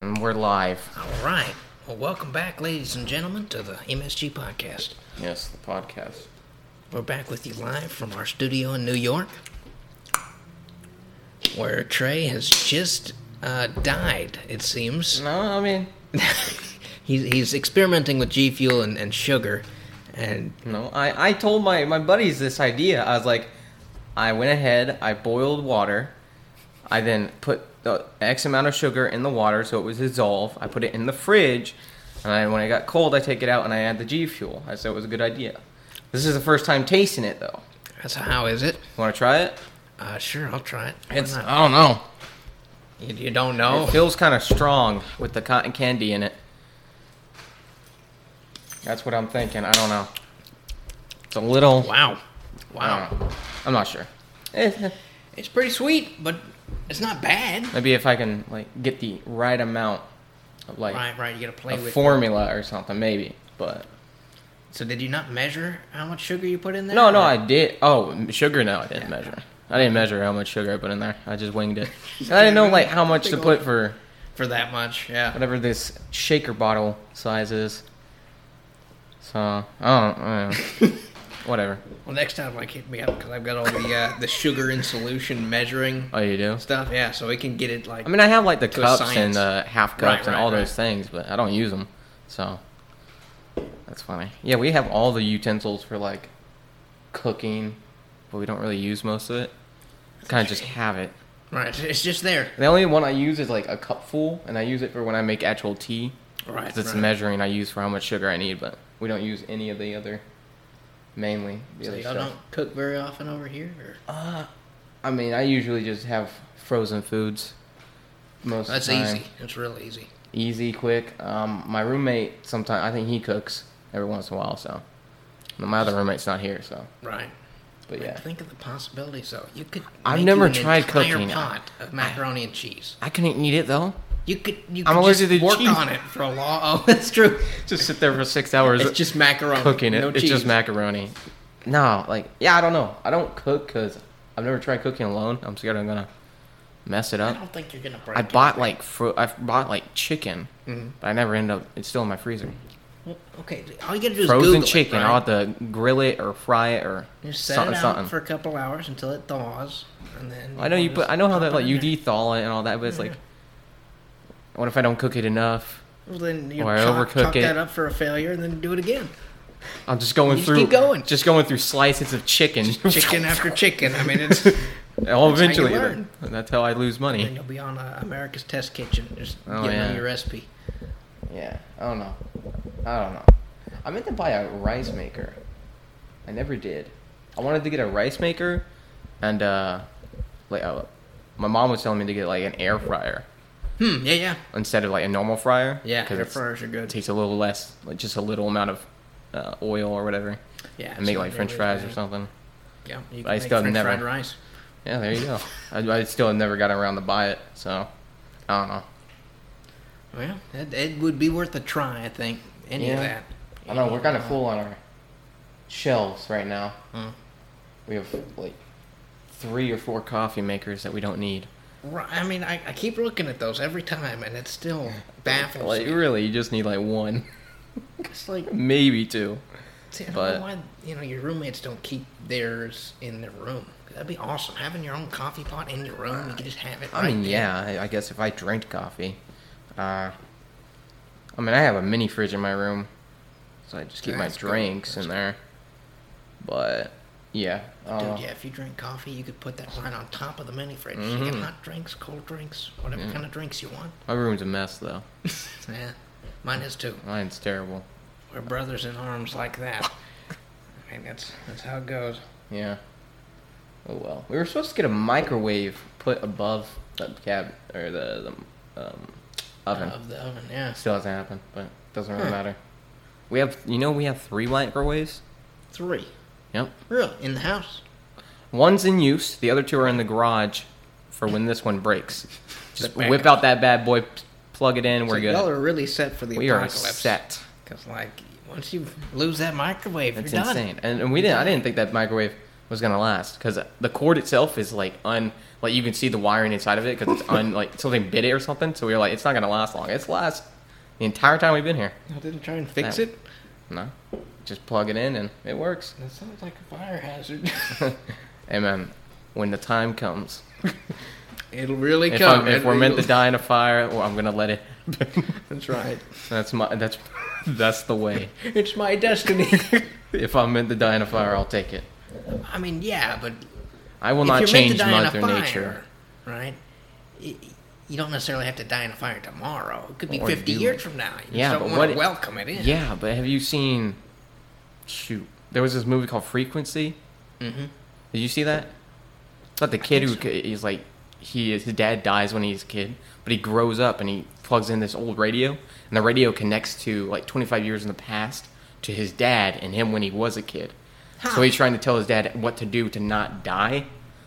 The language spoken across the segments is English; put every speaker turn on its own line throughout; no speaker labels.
And we're live.
All right. Well, welcome back, ladies and gentlemen, to the MSG podcast.
Yes, the podcast.
We're back with you live from our studio in New York, where Trey has just uh, died, it seems.
No, I mean,
he's, he's experimenting with G Fuel and, and sugar, and
no. I, I told my, my buddies this idea. I was like, I went ahead, I boiled water, I then put the X amount of sugar in the water so it was dissolved. I put it in the fridge, and I, when it got cold, I take it out and I add the G Fuel. I said it was a good idea. This is the first time tasting it, though.
that's how is it?
Want to try it?
Uh, sure, I'll try it. Why
It's,
not?
I don't know.
you, you don't know.
It feels kind of strong with the cotton candy in it. That's what I'm thinking. I don't know. It's a little.
Wow.
I
Wow.
don't know. I'm not sure. Eh,
It's pretty sweet, but it's not bad.
Maybe if I can like get the right amount of like
Right, right. You got to play
a
with.
formula or something, maybe. But
So did you not measure how much sugar you put in there?
no, no,
Or-
I did. Oh, m- sugar? No, I didn't measure. I didn't measure how much sugar I put in there. I just winged it. And I didn't know like how much to put for
for that much. Yeah.
whatever this shaker bottle size is. So I don't. I don't know. whatever.
Well, next time, like hit me up because I've got all the uh, the sugar in solution measuring
Oh, you do?
stuff. Yeah, so we can get it like.
I mean, I have like the
To a
cups and
science.
the half cups
Right,
and
right,
all
right.
those things, but I don't use them. So that's funny. Yeah, we have all the utensils for like cooking, but we don't really use most of it. Kind of just have it.
right, it's- it's just there.
The only one I use is like a cupful, and I use it for when I make actual tea.
Right,
'cause it's
right.
measuring I use for how much sugar I need, but we don't use any of the other, mainly the
So
other
y'all uh,
stuff.
don't cook very often over here. Or?
I mean, I usually just have frozen foods. Most
That's
of the time.
easy. That's real easy.
easy, quick. Um, my roommate sometimes I think he cooks every once in a while, so And my other roommate's not here, so
Right.
but yeah.
Think of the possibilities, though. You could.
I've
make
never
you an
tried
entire
cooking.
pot of macaroni and cheese.
I couldn't eat it though.
You could. You could
I'm allergic
just
to
work
cheese.
on it for a long. Oh, that's true.
Just sit there for six hours
It's just macaroni.
cooking it.
No
it's
cheese.
just macaroni. No, like yeah, I don't know. I don't cook because I've never tried cooking alone. I'm scared I'm gonna mess it
I
up.
don't think you're gonna break.
I bought like fru- I bought like chicken,
Mm-hmm.
but I never ended up. It's still in my freezer.
Well, okay, all you gotta do is
Frozen
Google it,
chicken.
right?
I'll have to grill it or fry it or
Just set
something.
it out
something.
for a couple hours until it thaws, and then
I know you
just
put. I know how
dump
that like
it
you
in there.
thaw it and all that, but it's like,
Mm-hmm.
what if I don't cook it enough?
Well, then you
or
chalk,
overcook
chalk
it.
that up for a failure, and then do it again.
I'm just going
You just
through.
keep going.
Just going through slices of chicken.
Chicken after chicken. I mean, it's then
all
that's how you
eventually.
learn.
then. That's how I lose money.
you'll be on uh, America's Test Kitchen, just
Oh,
getting
yeah.
on your recipe.
Yeah. I don't know. I don't know. I meant to buy a rice maker. I never did. I wanted to get a rice maker, and uh, like uh, my mom was telling me to get like an air fryer
Hmm. Yeah, yeah,
instead of like a normal fryer.
yeah.
'cause
Air
it's-
fryers are
It
good.
takes a little less, like just a little amount of uh, oil or whatever.
Yeah,
and make like
so
French
there
fries
is
or
that.
something.
Yeah, you
But I
can make
still
French
never-
fried rice.
Yeah, there you go. I, I still have never got around to buy it, so I don't know.
Well, it, it would be worth a try, I think. Any of
Yeah.
that.
I know we're kind of full on our shelves right now. We have like three or four coffee makers that we don't need.
Right, I mean, I, I keep looking at those every time, and it still baffles
Like
me.
really, you just need like one,
It's like
maybe two.
See, I don't
But-
know why you know your roommates don't keep theirs in their room. That'd be awesome. Having your own coffee pot in your room, you can just have it.
I
right
mean,
there.
yeah, I, I guess if I drank coffee, uh, I mean, I have a mini fridge in my room, so I just keep
That's
my
good.
drinks in there. But yeah, uh, I don't know.
Dude, yeah, if you drink coffee, you could put that right on top of the mini fridge. You
Mm-hmm.
get hot drinks, cold drinks, whatever kind of drinks you want.
my room's a mess though.
Yeah, mine is too.
Mine's terrible.
We're brothers in arms like that. I mean, that's that's how it goes.
Yeah. Oh well. We were supposed to get a microwave put above the cab or the, the um, oven.
Of the oven, yeah.
Still hasn't happened, but doesn't really matter. Hmm. We have, you know, we have three microwaves.
Three,
Yep.
really, in the house.
One's in use. The other two are in the garage for when this one breaks. Just
The backup.
whip out that bad boy, p- plug it in.
So
We're
Y'all
good.
are really set for the
We are
apocalypse.
set.
Because like, once you lose that microwave,
It's
you're done.
insane. And, and we didn't. I didn't think that microwave was gonna last because the cord itself is like un Like you can see the wiring inside of it because it's un, like something bit it or something. So we were like, it's not gonna last long. It's last the entire time we've been here.
I didn't try and fix
That-
it.
No, just plug it in and it works.
That sounds like a fire hazard.
And then when the time comes,
It'll really
if,
come.
I'm- if
and
we're meant to
it'll-
die in a fire, well, I'm gonna let it.
That's right.
That's my. That's that's the way.
It's my destiny.
If I'm meant to die in a fire, I'll take it.
I mean, yeah, but
I will
if
not
you're
change
meant to die
mother
in a fire,
nature.
right? y- You don't necessarily have to die in a fire tomorrow. It could be
Or
50
do.
years from now. You
Yeah,
just
but
don't
what
want
i-
to welcome it in.
Yeah, but have you seen? Shoot, there was this movie called Frequency. Mm-hmm. Did you see that? It's about the kid who c he's like he is his dad dies when he's a kid, but he grows up and he plugs in this old radio, and the radio connects to like 25 years in the past to his dad and him when he was a kid. So
Huh.
he's trying to tell his dad what to do to not die,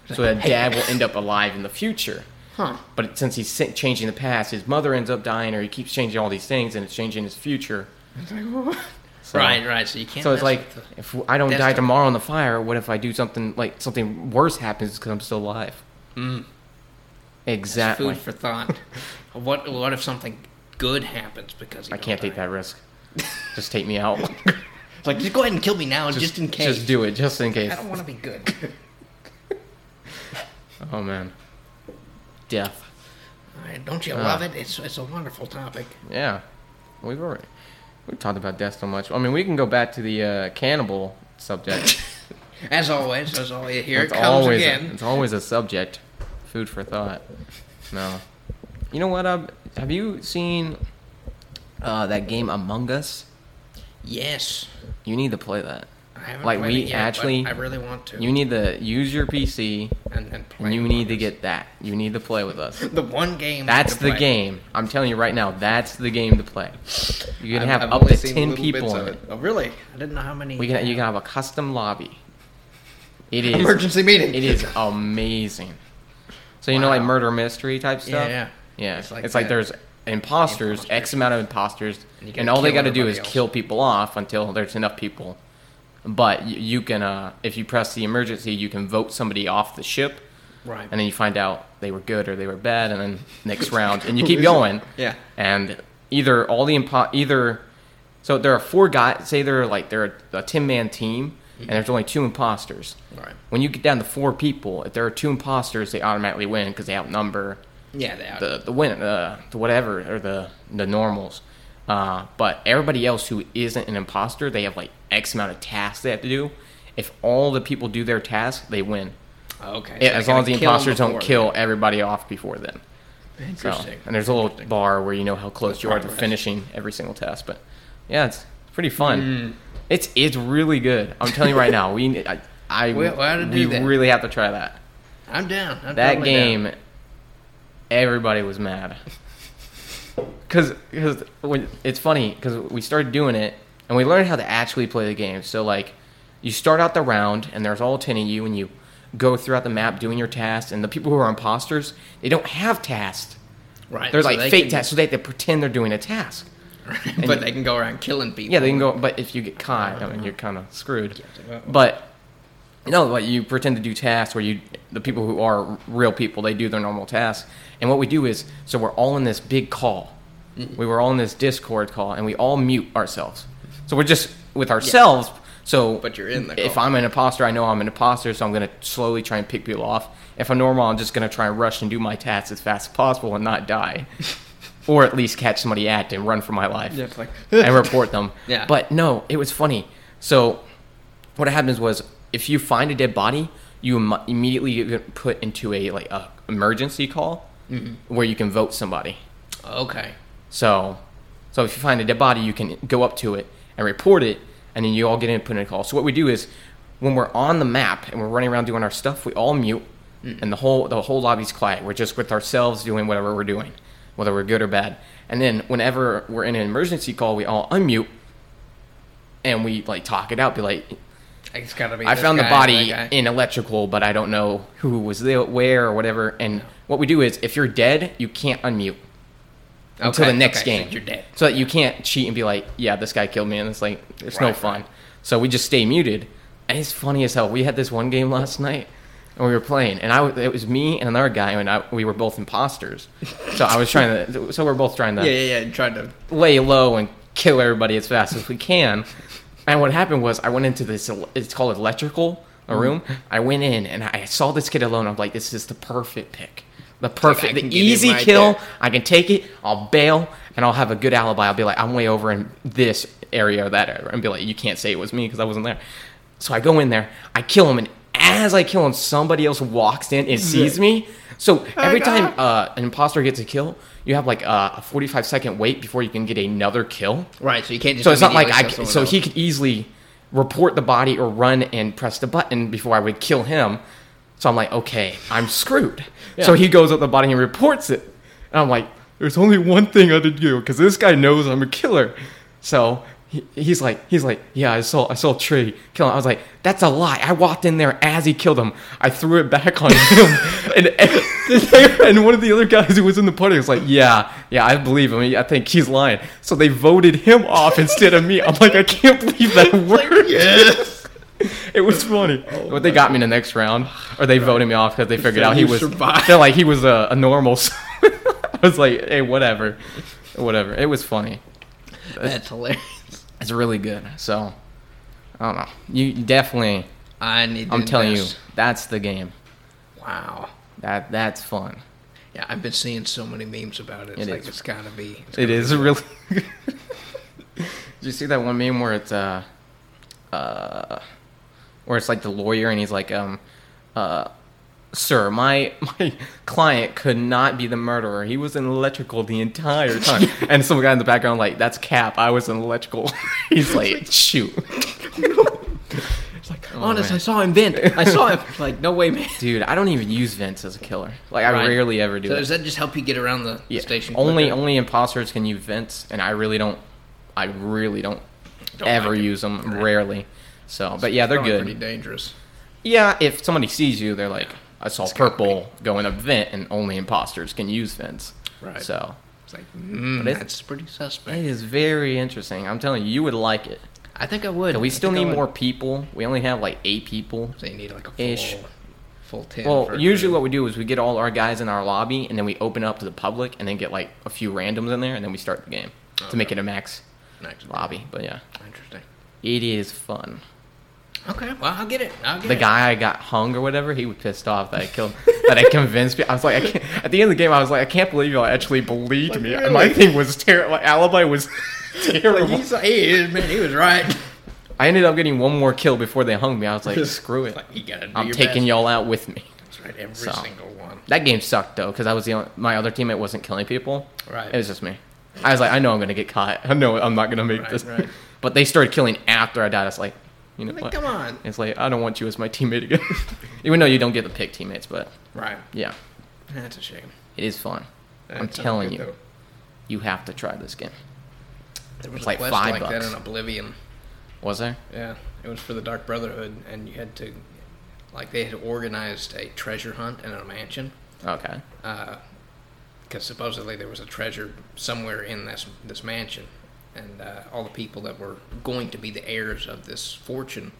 so that dad will end up alive in the future.
Huh.
But since he's si- changing the past, his mother ends up dying, or he keeps changing all these things, and it's changing his future. So-
right, right. So you can't.
So it's
mess
like,
with the-
if I don't
That's
die
the-
tomorrow in the fire, what if I do something like something worse happens because I'm still alive? Mm.
That's
Exactly.
food for thought. what What if something good happens because you
I
don't
can't take
die?
that risk. just take me out.
It's like just go ahead and kill me now, just, in case.
Just do it, just in case.
I don't want to be good.
Oh man. Death.
All right, don't you
Ah.
love it? It's It's a wonderful topic.
Yeah. We've already we've talked about death so much. I mean, we can go back to the uh, cannibal subject.
As always, as always, here
It's
it comes
always a-
again.
it's always a subject. Food for thought. No. You know what? Ab? have you seen uh, that game Among Us?
Yes,
You need to play that.
I haven't
Like,
played
we
it yet, but
actually-
I really want to.
You need to use your PC,
and then play.
and you
Among
need to
Us.
get that. You need to play with us.
the one game.
That's
to
the
play.
game. I'm telling you right now, that's the game to play. You can
I've-
have
I've
up
only
to
seen
ten
little
people
bits
in
of
it.
Oh, really? I didn't know how many.
We can you can have a custom lobby. It is
emergency meeting.
It is amazing. So you know,
Wow.
like murder mystery type stuff.
yeah.
yeah. It's
It's
like,
like that.
there's imposters, X amount of imposters,
And you
and,
gotta
all they
kill
got to do is
everybody else.
kill people off until there's enough people. But you, you can, uh, if you press the emergency, you can vote somebody off the ship,
Right.
and then you find out they were good or they were bad, and then next round, and you keep going.
Yeah.
And either all the impo- either so there are four guys. Say they're like they're a, ten man team, and there's only two imposters.
Right.
When you get down to four people, if there are two imposters, they automatically win because they outnumber
uh, yeah, they are.
the the win uh, the whatever or the the normals. Uh, but everybody else who isn't an imposter, they have like X amount of tasks they have to do. If all the people do their tasks, they win.
okay.
Yeah,
so
as
they
long as the
gotta kill them
imposters don't
before.
kill everybody off before then. So,
Interesting.
and there's a little bar where you know how close you are to
progress.
finishing every single test. But yeah, it's pretty fun.
Hmm.
It's it's really good. I'm telling you right now. We I, I
We- we ought to
we
do that.
really have to try that.
I'm down. I'm
That
totally
game,
down.
everybody was mad. Cause, 'cause when, it's funny because we started doing it and we learned how to actually play the game. So like, you start out the round and there's all ten of you and you go throughout the map doing your tasks. And the people who are imposters, they don't have tasks.
Right.
They're
so
like
they
fake
can-
tasks, so they have to pretend they're doing a task.
but they can go around killing people.
Yeah, they can go, but if you get caught, I mean, you're kind of screwed.
well-
But you know, like you pretend to do tasks where you, the people who are real people, they do their normal tasks. And what we do is, so we're all in this big call. We were all in this Discord call, and we all mute ourselves. So we're just with ourselves. So,
But you're in the
If
call.
I'm an imposter, I know I'm an imposter, so I'm gonna slowly try and pick people off. If I'm normal, I'm just gonna try and rush and do my tasks as fast as possible and not die, or at least catch somebody at and run for my life
Yeah, it's like-
and report them.
Yeah.
But no, it was funny. So what happens was if you find a dead body, you Im- immediately get put into a like a emergency call where you can vote somebody.
Okay.
So, so if you find a dead body, you can go up to it and report it, and then you all get in put in a call. So what we do is, when we're on the map and we're running around doing our stuff, we all mute,
Mm.
and the whole the whole lobby's quiet. We're just with ourselves doing whatever we're doing, whether we're good or bad. And then whenever we're in an emergency call, we all unmute, and we like talk it out, be like.
It's gotta be.
I
this
found the
guy and
body
that guy.
in electrical, but I don't know who was there, where, or whatever. And what we do is, if you're dead, you can't unmute until
Okay,
the next
okay, so
game.
you're dead.
So that you can't cheat and be like, yeah, this guy killed me, and it's like it's no
Right,
fun.
right.
So we just stay muted. And it's funny as hell. We had this one game last night and we were playing, and I w- it was me and another guy, and I, we were both imposters. So I was trying to, so we're both trying to
Yeah, yeah, yeah. Tried to.
lay low and kill everybody as fast as we can. And what happened was I went into this el- it's called electrical a room. I went in and I saw this kid alone. I'm like, this is the perfect pick. The perfect,
can
the
get in
easy
right
kill.
there.
I can take it. I'll bail and I'll have a good alibi. I'll be like, I'm way over in this area or that area. And be like, you can't say it was me because I wasn't there. So I go in there. I kill him. And as I kill him, somebody else walks in and sees me. So every time uh, an imposter gets a kill, you have like uh, a 45 second wait before you can get another kill.
Right, so you can't just.
So it's not like I.
immediately
c-
kill
So
someone
he could easily report the body or run and press the button before I would kill him. So I'm like, okay, I'm screwed. So he goes up the body and reports it, and I'm like, there's only one thing I could do because this guy knows I'm a killer. So. He, he's like, he's like, yeah, I saw, I saw Trey kill him. I was like, that's a lie. I walked in there as he killed him. I threw it back on him, and and one of the other guys who was in the party was like, yeah, yeah, I believe him. I think he's lying. So they voted him off instead of me. I'm like, I can't believe that worked.
Yes. Oh
It was funny. but they got me in the next round, or they voted me off because they figured out he
you
was.
survived.
They're like he was a, a normal. so I was like, hey, whatever, whatever. It was funny.
That's hilarious.
It's really good. So I don't know. You you definitely.
I need. To
I'm telling you,
invest.
that's the game.
Wow.
That that's fun.
Yeah, I've been seeing so many memes about it. It's
It
like
is.
it's gotta be. It's
It is really. Did you see that one meme where it's uh, uh, where it's like the lawyer and he's like, um, uh, sir, my my client could not be the murderer. He was in electrical the entire time. and some guy in the background like, that's cap. I was in electrical. he's like, shoot,
It's like honest.
man.
I saw him vent. I saw him. Like no way, man.
dude. I don't even use vents as a killer. Like I
Right.
rarely ever do
So
it.
does that just help you get around the
Yeah.
station?
Only
quicker?
only imposters can use vents, and I really don't. I really don't,
Don't
ever
like it.
use them. Rarely. So, but yeah, they're
Probably
good.
Pretty dangerous.
Yeah, if somebody sees you, they're like, "I saw purple go in a vent," and only imposters can use vents.
Right.
So
It's like mm,
But it's-
that's pretty
it
suspect.
is very interesting. I'm telling you, you would like it.
I think I would.
And we
I
still
think I
need
would.
more people. We only have like eight people.
So you need like a full,
Ish.
full ten. for
Well,
a
usually
crew.
what we do is we get all our guys in our lobby, and then we open up to the public, and then get like a few randoms in there, and then we start the game
Oh,
to make it a max
Next.
lobby. But yeah,
Interesting.
it is fun.
Okay. Well, I'll get it. I'll get
the
it.
guy I got hung or whatever, he was pissed off that I killed, that I convinced me. I was like, I can't, at the end of the game, I was like, I can't believe y'all actually believed me. And my
really?
thing was terrible. My alibi was terrible.
He's like, he is, man. He was right.
I ended up getting one more kill before they hung me. I was like, screw it.
Like, you gotta do
I'm
your
taking
best.
y'all out with me.
That's right. Every
So.
single one.
That game sucked though, because I was the only, my other teammate wasn't killing people.
Right.
It was just me. I was like, I know I'm gonna get caught. I know I'm not gonna make
Right,
this.
right.
But they started killing after I died. I was like, you know
Like,
what?
come on.
It's like I don't want you as my teammate again. Even though you don't get to pick teammates, but
Right.
yeah.
That's a shame.
It is fun.
That
I'm
sounds
telling
good,
you,
though.
you have to try this game.
There was
It's
a
like
quest
five
like
bucks.
that in Oblivion.
Was there?
Yeah, it was for the Dark Brotherhood, and you had to, like, they had organized a treasure hunt in a mansion,
Okay.
because supposedly there was a treasure somewhere in this this mansion, and uh, all the people that were going to be the heirs of this fortune,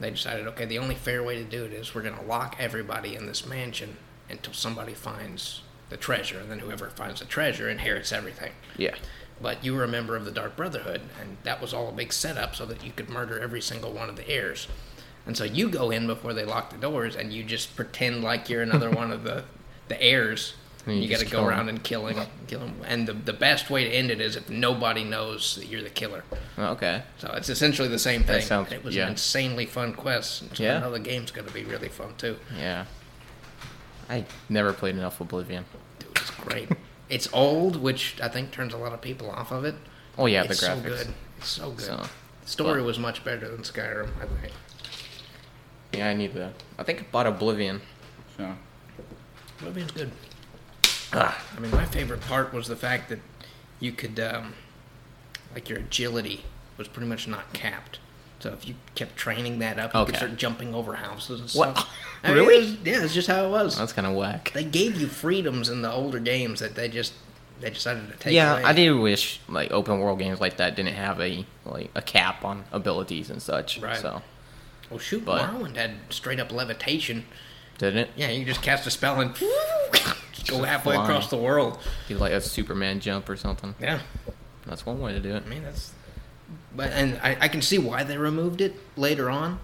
they decided, okay, the only fair way to do it is we're gonna lock everybody in this mansion until somebody finds the treasure, and then whoever finds the treasure inherits everything.
Yeah.
But you were a member of the Dark Brotherhood, and that was all a big setup so that you could murder every single one of the heirs. And so you go in before they lock the doors, and you just pretend like you're another one of the the heirs.
And you
you got to
just
go
kill 'em.
around and kill him, kill him. And the the best way to end it is if nobody knows that you're the killer.
Okay.
So it's essentially the same thing.
sounds-
it was
yeah.
an insanely fun quest. And so
Yeah.
I know the game's going to be really fun too.
Yeah. I never played enough Oblivion.
Dude, it's great. it's old, which I think turns a lot of people off of it.
Oh yeah,
it's
the graphics.
so good. It's so good.
So,
Story
but-
was much better than Skyrim, I think.
Yeah, I need that. I think I bought Oblivion.
So,
Oblivion's good. Ah, I mean, my favorite part was the fact that you could, um, like, your agility was pretty much not capped. So if you kept training that up, you could
Okay.
start jumping over houses and
What?
stuff. I mean, it
Really?
was- yeah, it's just how it was.
That's kind of whack.
They gave you freedoms in the older games that they just they decided to take
yeah,
away.
I do wish like open world games like that didn't have a like a cap on abilities and such.
Right.
So
Well, Oh, shoot,
But-
Morrowind had straight up levitation,
didn't it?
Yeah, you just cast a spell and go halfway
fly.
across the world.
Do like a Superman jump or something.
Yeah,
That's one way to do it.
I mean that's. But and I, I can see why they removed it later on,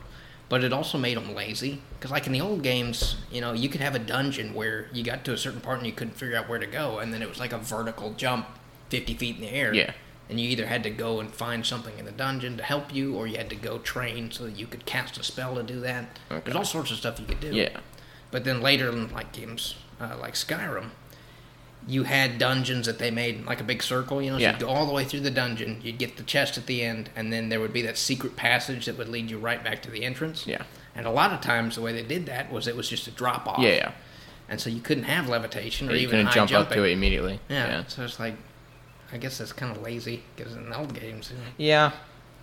but it also made them lazy. Because like in the old games, you know, you could have a dungeon where you got to a certain part and you couldn't figure out where to go, and then it was like a vertical jump, fifty feet in the air.
Yeah.
And you either had to go and find something in the dungeon to help you, or you had to go train so that you could cast a spell to do that.
Okay.
There's all sorts of stuff you could do.
Yeah.
But then later in like games uh, like Skyrim, you had dungeons that they made in, like a big circle. You know, so
Yeah.
you'd go all the way through the dungeon, you'd get the chest at the end, and then there would be that secret passage that would lead you right back to the entrance.
Yeah.
And a lot of times, the way they did that was it was just a drop off.
Yeah, yeah.
And so you couldn't have levitation or,
Or you
even
couldn't
high
jump
jumping.
up to it immediately.
Yeah.
yeah.
So it's like, I guess that's kind of lazy because in the old games, you know,
Yeah,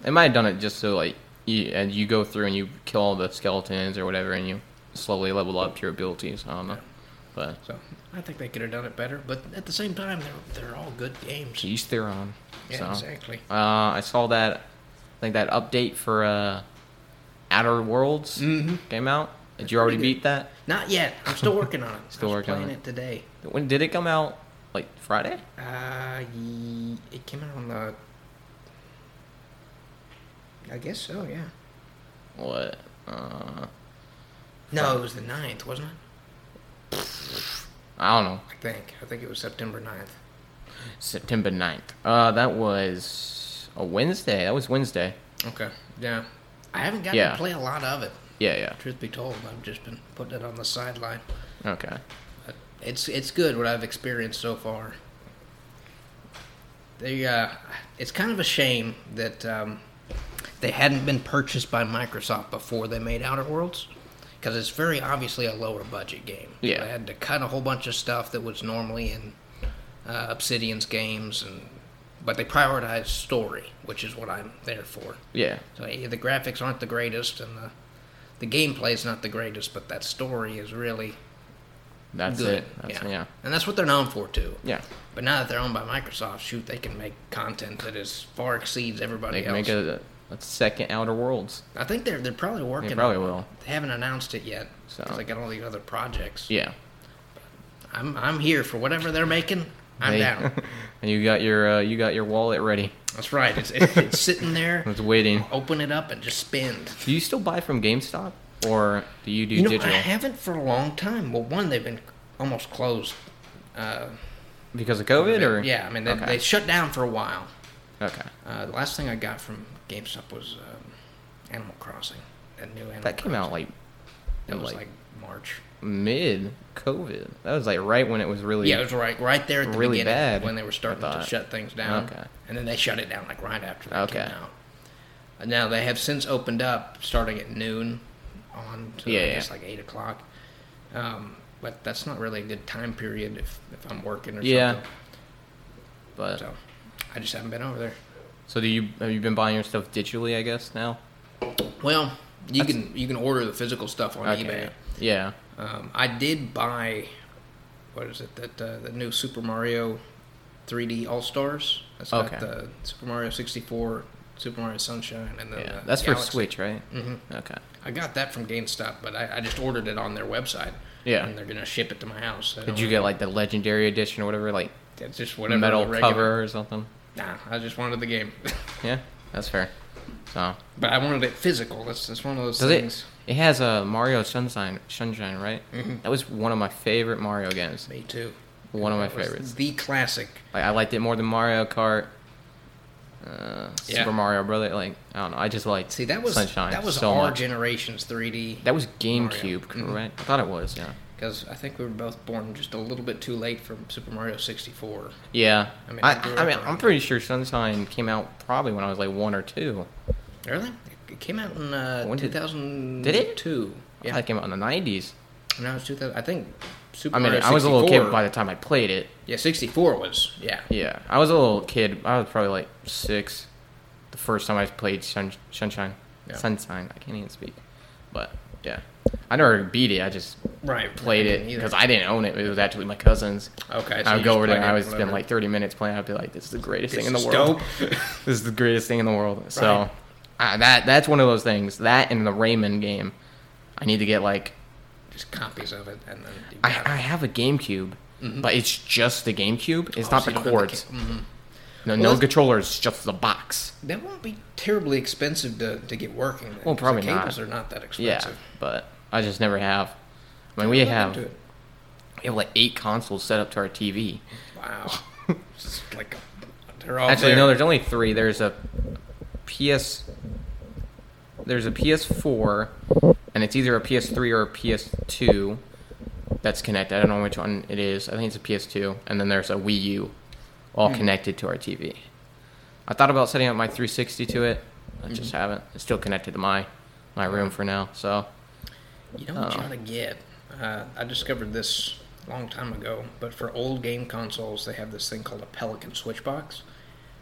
they might have done it just so like you and you go through and you kill all the skeletons or whatever, and you slowly level up your abilities. I don't know, but
so I think they could have done it better. But at the same time, they're they're all good games.
to each their own.
Yeah,
so,
exactly.
Uh, I saw that. I think that update for uh, Outer Worlds came out. Did you already
Mm-hmm. pretty
beat that?
Not yet. I'm still working on it.
Still
I was
working on
playing
it.
it today.
When did it come out? Like Friday?
Uh, ye- it came out on the. I guess so, yeah.
What? Uh,
No, it was the 9th, wasn't it?
I don't know.
I think. I think it was September 9th.
September 9th. Uh, that was a Wednesday. That was Wednesday.
Okay. Yeah. I haven't gotten
Yeah.
to play a lot of it.
Yeah,
Truth be told, I've just been putting it on the sideline.
yeah. Okay.
But It's it's good what I've experienced so far. They uh, it's kind of a shame that um, they hadn't been purchased by Microsoft before they made Outer Worlds, because it's very obviously a lower budget game. So
Yeah.
they had to cut a whole bunch of stuff that was normally in uh, Obsidian's games, and but they prioritized story, which is what I'm there for.
Yeah.
So yeah, the graphics aren't the greatest, and the the gameplay's not the greatest, but that story is really
That's
good.
it. That's, yeah.
And that's what they're known for too.
Yeah.
But now that they're owned by Microsoft, shoot, they can make content that is far exceeds everybody
They can
else.
make a, a second Outer Worlds.
I think they're they're probably working.
They probably
on it.
will.
They haven't announced it yet
So-
because they got all these other projects.
Yeah.
I'm I'm here for whatever they're making. I'm
They-
down.
and you got your uh, you got your wallet ready.
That's right. It's, it's, it's sitting there.
It's waiting.
Open it up and just spend.
Do you still buy from GameStop or do you do
You know,
digital?
I haven't for a long time. Well, one, they've been almost closed. Uh,
because of COVID or
yeah, I mean, they,
okay.
they shut down for a while.
okay.
Uh, the last thing I got from GameStop was um, Animal Crossing. That new Animal
That came out like
That
in,
was
like-
like March.
mid COVID. That was like right when it was really
Yeah, it was right right there at the
really
beginning
bad,
when they were starting
I
to
thought.
shut things down.
Okay.
And then they shut it down like right after that
Okay.
came out. And now they have since opened up starting at noon on to
Yeah,
I
yeah.
guess like eight o'clock. Um, but that's not really a good time period if, if I'm working or
Yeah.
something.
But
So I just haven't been over there.
so do you have you been buying your stuff digitally? I guess now.
Well, you can you can order the physical stuff on
Okay.
eBay.
Yeah.
Um, I did buy, what is it? That uh, the new Super Mario 3D All Stars. That's got
Okay.
the Super Mario 64, Super Mario Sunshine, and then
Yeah.
the
That's for
Uh, Galaxy.
Switch, right? Mm-hmm. Okay.
I got that from GameStop, but I, I just ordered it on their website.
Yeah.
and they're gonna ship it to my house. I
Did
don't-
you get like the legendary edition or whatever, like
It's just whatever
metal
the regular-
cover or something?
Nah, I just wanted the game,
Yeah, that's fair. So
but I wanted it physical. That's that's one of those
does
things.
it? It has a Mario Sunshine, Sunshine, right?
Mm-hmm.
That was one of my favorite Mario games.
Me too.
One of my
That was
favorites.
The classic.
Like I liked it more than Mario Kart, uh,
Yeah.
Super Mario Brother. Like I don't know, I just liked
See, that was
Sunshine
that was
so
our
much.
generation's 3D.
That was
Mario.
GameCube,
Mhm.
correct? I thought it was. Yeah.
because I think we were both born just a little bit too late for Super Mario 64.
Yeah.
I
I
mean,
mean,
I
I, I
grew up
mean,
around
I'm
that.
pretty sure Sunshine came out probably when I was like one or two.
Really? It came out in uh,
When did-
2002.
did it? Yeah.
Yeah.
It came out in the '90s.
no, it was 2000. I think Super
I mean,
Mario
I was a little kid
64
by the time I played it.
Yeah, 64 was. Yeah.
Yeah, I was a little kid. I was probably like six. The first time I played Sun- Sunshine,
Yeah.
Sunshine. I can't even speak. But yeah, I never beat it. I just
Right.
played
I
it
didn't either.
because I didn't own it. It was actually my cousin's.
Okay.
I
you
would go
just
over there
played
and I
it
would
for
spend
whatever.
like 30 minutes playing. I'd be like, "This is the greatest
This
thing in
is
the world.
dope.
this is the greatest thing in the world." So I, that that's one of those things. That and the Rayman game, I need to get like
just copies of it, and then you
I,
got it.
I have a GameCube, but it's just the GameCube. It's
Mm-hmm. Oh,
not the
so you don't have the
cords.
ca- mhm.
No,
Well,
no
that's-
controllers. It's just the box.
That won't be terribly expensive to, to get working. Then, 'cause
probably
the
not.
cables are not that
Yeah,
expensive.
but I just never have. I mean, we
Look
have
into
we
it.
have like eight consoles set up to our TV.
Wow, It's like they're all
Actually,
there.
no, there's only three. There's a PS. There's a PS4, and it's either a PS3 or a PS2 that's connected. I don't know which one it is. I think it's a PS2, and then there's a Wii U, all connected to our TV. I thought about setting up my 360 to it. I just haven't. It's still connected to my my room for now. So
You know what you
Um,
ought to get? Uh, I discovered this a long time ago, but for old game consoles, they have this thing called a Pelican switch box,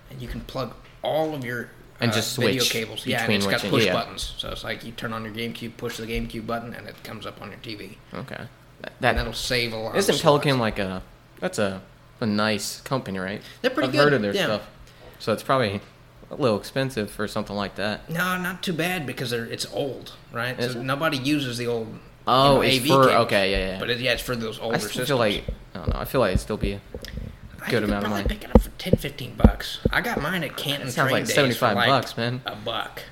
and you can plug all of your
And
uh,
just
video
switch
cables. Yeah, and
between
it's got
which and-
push
yeah.
buttons, so it's like you turn on your GameCube, push the GameCube button, and it comes up on your TV.
okay, that,
And
that
that'll save a lot. of
isn't
slots.
Pelican like a that's a a nice company, right?
They're pretty
I've
good,
heard of their
yeah.
stuff, so it's probably a little expensive for something like that.
No, not too bad because they're, it's old, right?
Is
so
it?
nobody uses the old. you
Oh,
know,
it's
AV
for-
cables.
okay, yeah, yeah.
But it, yeah, it's for those older
I still
systems.
feel like I don't know. I feel like it'd still be.
I
good
could
amount of
probably
money.
Pick it up for 10, 15 bucks. I got mine at Canton.
That sounds like
Train Days for
75
like
bucks, man.
A buck,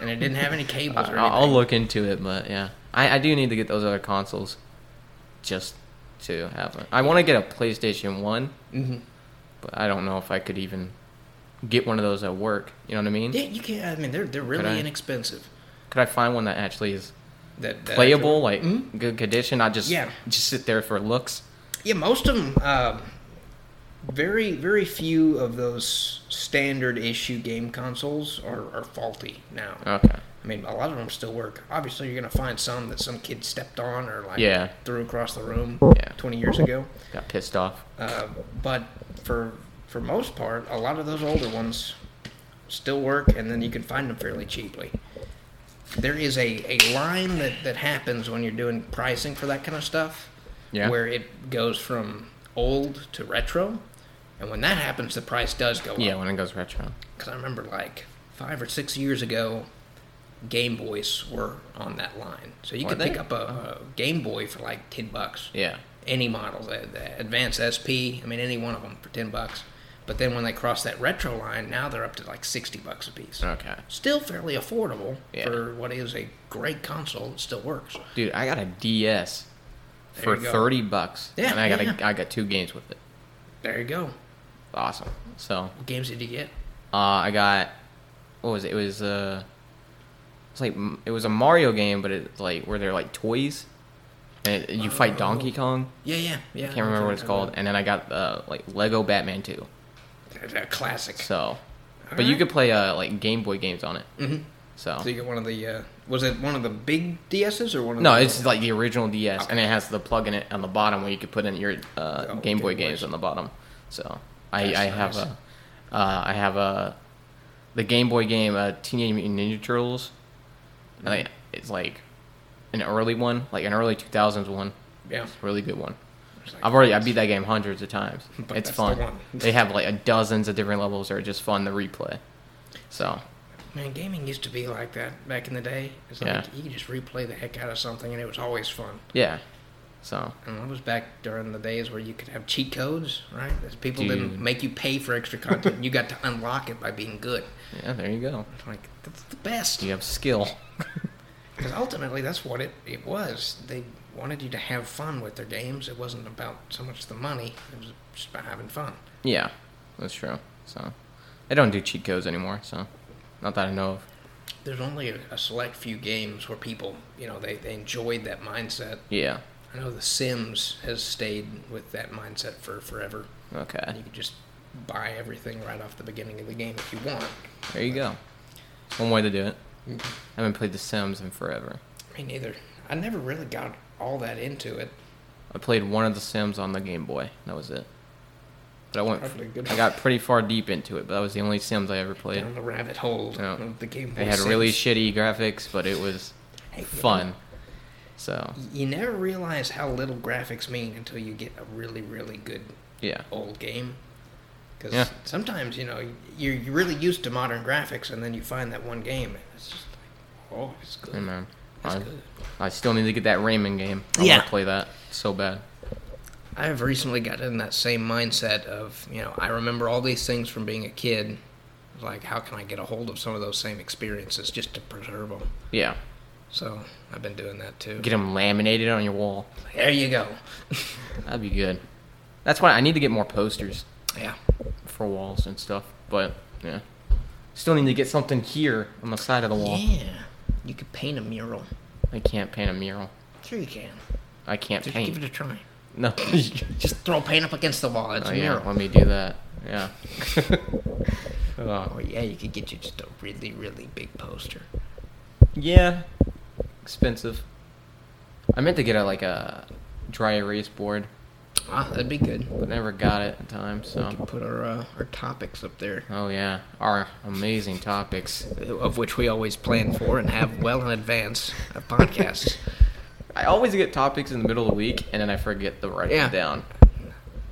and it didn't have any
I,
cables or anything.
I'll I'll look into it, but yeah, I, I do need to get those other consoles, just to have. It. I want to get a PlayStation One,
Mhm.
but I don't know if I could even get one of those at work. You know what I mean?
Yeah, you can. I mean, they're they're
I-
really inexpensive.
Could I find one that actually is
That, Mm-hmm. that
playable, like good condition? Not just
Yeah.
just sit there for looks.
actually- yeah, most of them. Um, very very few of those standard issue game consoles are, are faulty now.
Okay.
I mean, a lot of them still work. Obviously, you're gonna find some that some kid stepped on or like
Yeah.
threw across the room
Yeah.
20 years ago.
Got pissed off.
Uh, but for for most part, a lot of those older ones still work, and then you can find them fairly cheaply. There is a, a line that, that happens when you're doing pricing for that kind of stuff,
Yeah.
where it goes from old to retro, and when that happens, the price does go
Yeah,
up.
when it goes retro.
Because I remember like five or six years ago, Game Boys were on that line, so you
Were
could
they?
pick up a, a Game Boy for like ten bucks
Yeah.
any model, the, the Advanced SP, I mean, any one of them for 10 bucks. But then when they cross that retro line, now they're up to like 60 bucks a piece.
Okay.
Still fairly affordable
Yeah.
for what is a great console that still works.
Dude, I got a DS
There
for
you go.
thirty bucks,
Yeah,
and I got
yeah,
a, I got two games with it.
There you go.
Awesome. So
What games did you get?
uh, I got what was it? It was uh, it's like it was a Mario game, but it's like where they're like toys, and it, you fight Donkey Kong.
Yeah, yeah, Oh. yeah.
I can't remember what it's called. And then I got uh, like Lego Batman Two.
It's a classic. So,
So, but you
right.
could play uh, like Game Boy games on it. Mm-hmm. So.
you got one of the, uh, was it one of the big DSs or one of
no,
the.
it's like the original DS, and it has the plug in it on the bottom where you could put in your uh,
Oh,
Game Boy
Game Boys.
games on the bottom. So I,
That's
I have
nice.
a, uh, I have a, the Game Boy game, uh, Teenage Mutant Ninja Turtles. I think it's like an early one, like an early two thousands one.
Yeah.
It's a really good one.
It's like-
I've already I beat that game hundreds of times.
But
it's
that's the
fun.
one.
they have like a dozens of different levels that are just fun to replay. So
Man, gaming used to be like that back in the day. It's like
Yeah.
you could just replay the heck out of something and it was always fun.
yeah, so
And that was back during the days where you could have cheat codes, right? Because People
Dude.
didn't make you pay for extra content. you got to unlock it by being good.
yeah, there you go.
It's like, that's the best.
You have skill.
Because ultimately, that's what it, it was. They wanted you to have fun with their games. It wasn't about so much the money, it was just about having fun.
Yeah, that's true. So, I don't do cheat codes anymore. So, not that I know of.
There's only a, a select few games where people, you know, they, they enjoyed that mindset.
Yeah.
I know The Sims has stayed with that mindset for forever. And
Okay.
you could just buy everything right off the beginning of the game if you want.
There you go. It's one way to do it. I haven't played The Sims in forever.
Me neither. I never really got all that into it.
I played one of The Sims on the Game Boy. That was it. But I
Probably
went.
good.
I got pretty far deep into it, but that was the only Sims I ever played.
Down the rabbit hole
Yeah.
of the Game Boy.
They had really
Sims.
shitty graphics, but it was
Hey, you
fun. So,
know, You never realize how little graphics mean until you get a really, really good
yeah.
old game. Because
Yeah.
sometimes you know you're, you're really used to modern graphics, and then you find that one game, and it's just like, oh, it's good.
Hey, man. I,
good.
I still need to get that Rayman game. I
Yeah.
want to play that so bad.
I have recently gotten in that same mindset of, you know, I remember all these things from being a kid. Like, how can I get a hold of some of those same experiences just to preserve them?
Yeah.
So I've been doing that too.
Get them laminated on your wall.
There you go.
That'd be good. That's why I need to get more posters
Yeah.
for walls and stuff. But yeah, still need to get something here on the side of the wall.
Yeah. You could paint a mural.
I can't paint a mural.
Sure, you can.
I can't
Just give
paint.
it a try.
no.
Just throw paint up against the wall. It's
Oh,
a
yeah,
mural.
let me do that. Yeah. Oh,
Or yeah, you could get you just a really, really big poster.
yeah. Expensive. I meant to get a like a dry erase board,
Ah, that'd be good.
but never got it in time.
We could
So.
put our uh, our topics up there,
Oh yeah, our amazing topics.
of which we always plan for and have well in advance of podcasts.
I always get topics in the middle of the week, and then I forget to write
Yeah.
them down.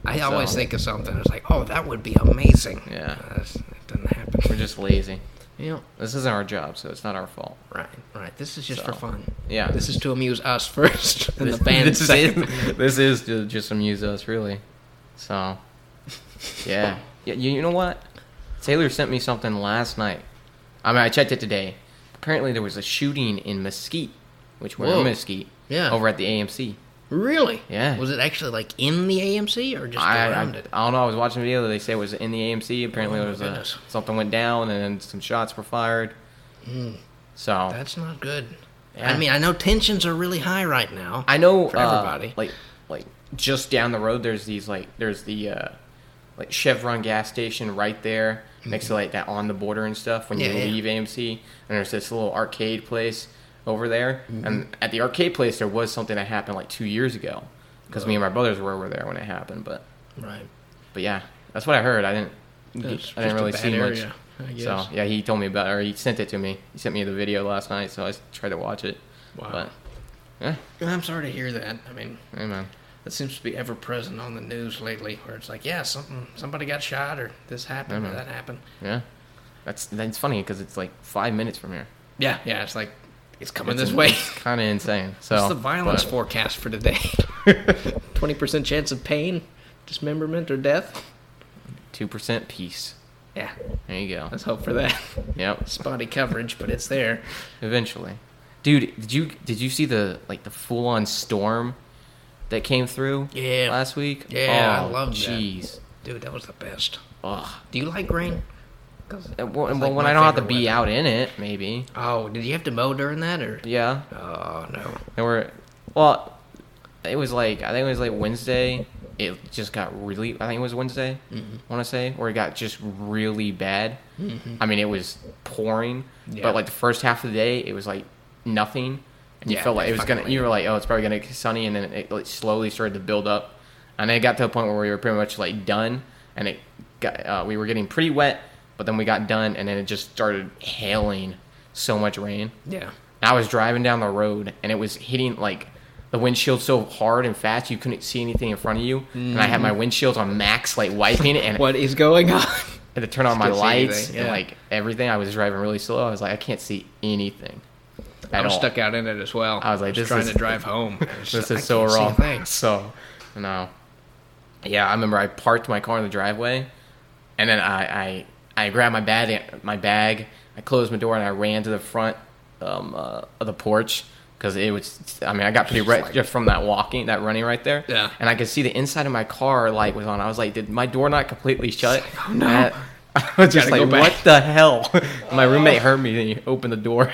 I always
So-
think of something. It's like, oh, that would be amazing.
Yeah.
Uh, that's- it doesn't
We're
happen.
just lazy.
Yeah.
This isn't our job, so it's not our fault.
Right. Right. This is just
So,
for fun.
yeah.
This is to amuse us first, and the band
this
second.
is this is to just amuse us, really. So, yeah, yeah. You, you know what? Taylor sent me something last night. I mean, I checked it today. Apparently, there was a shooting in Mesquite, which we're
Whoa.
in Mesquite,
Yeah.
over at the AMC.
Really?
Yeah.
Was it actually like in the AMC or just
I, I, I
around it?
don't know. I was watching a video. They say it was in the AMC. Apparently,
Oh,
there was
my
a,
goodness.
something went down, and then some shots were fired.
Hmm.
So
That's not good.
Yeah.
I mean, I know tensions are really high right now.
I know
for
uh,
everybody.
like like just down the road there's these like there's the uh like Chevron gas station right there next to like that on the border and stuff when
Mm-hmm. Yeah,
you
yeah.
leave AMC and there's this little arcade place over there
Mm-hmm.
and at the arcade place there was something that happened like 2 years ago cuz me and my brothers were over there when it happened but
right.
but yeah that's what I heard I didn't
It's
I didn't
just a
really
bad
see
area,
much
I
so
guess.
yeah he told me about it or he sent it to me he sent me the video last night so I s- tried to watch it
Wow.
but yeah
I'm sorry to hear that. I mean,
hey man
that seems to be ever present on the news lately, where it's like, yeah, something, somebody got shot, or this happened, or
Mhm.
that happened.
Yeah, that's that's funny because it's like five minutes from here.
Yeah, yeah. It's like it's coming
It's
this way.
Kind of insane. So
What's the violence
but-
forecast for today? Twenty percent chance of pain, dismemberment, or death.
Two percent peace.
Yeah,
There you go.
let's hope for that.
Yep.
Spotty coverage, but it's there.
Eventually, dude, did you did you see the like the full on storm that came through?
Yeah.
Last week.
Yeah, I
oh,
loved that.
Jeez.
Dude, that was the best.
Ugh.
Do you like rain? 'Cause
And uh, Well,
it's
and
like
well, when
my
I don't have to
favorite
be
weather.
out in it, maybe.
Oh, did you have to mow during that or?
Yeah.
Oh no.
There were. Well, it was like I think it was like Wednesday. It just got really. I think it was Wednesday.
Mm-hmm.
I want to say where it got just really bad. I mean, it was pouring,
Yeah.
but like the first half of the day, it was like nothing, and you
Yeah,
felt like it
it
was gonna.
fucking
You were like, oh, it's probably gonna get sunny, and then it like, slowly started to build up, and then it got to a point where we were pretty much like done, and it got uh, we were getting pretty wet, but then we got done, and then it just started hailing so much rain.
Yeah.
And I was driving down the road and it was hitting like the windshield so hard and fast you couldn't see anything in front of you. And I had my windshield on max, like wiping it, and I
Mm-hmm. What is going on?
had to turn on my
Couldn't see
lights
anything,
and
yeah.
like everything. I was driving really slow. I was like, I can't see anything.
I
At
was
all.
stuck out in it as well.
I was like, this
trying
is-
to drive home. I was
This
just-
is
I
so
can't see a
raw.
thing.
So, no. Yeah, I remember I parked my car in the driveway, and then I I, I grabbed my bag, my bag. I closed my door and I ran to the front um, uh, of the porch because it was. I mean, I got pretty
Just
wet
like-
just from that walking, that running right there.
Yeah.
And I could see the inside of my car light was on. I was like, did my door not completely shut?
oh, no.
And I, I was just
Gotta
like,
go back. Oh.
what the hell? my roommate heard me and he opened the door.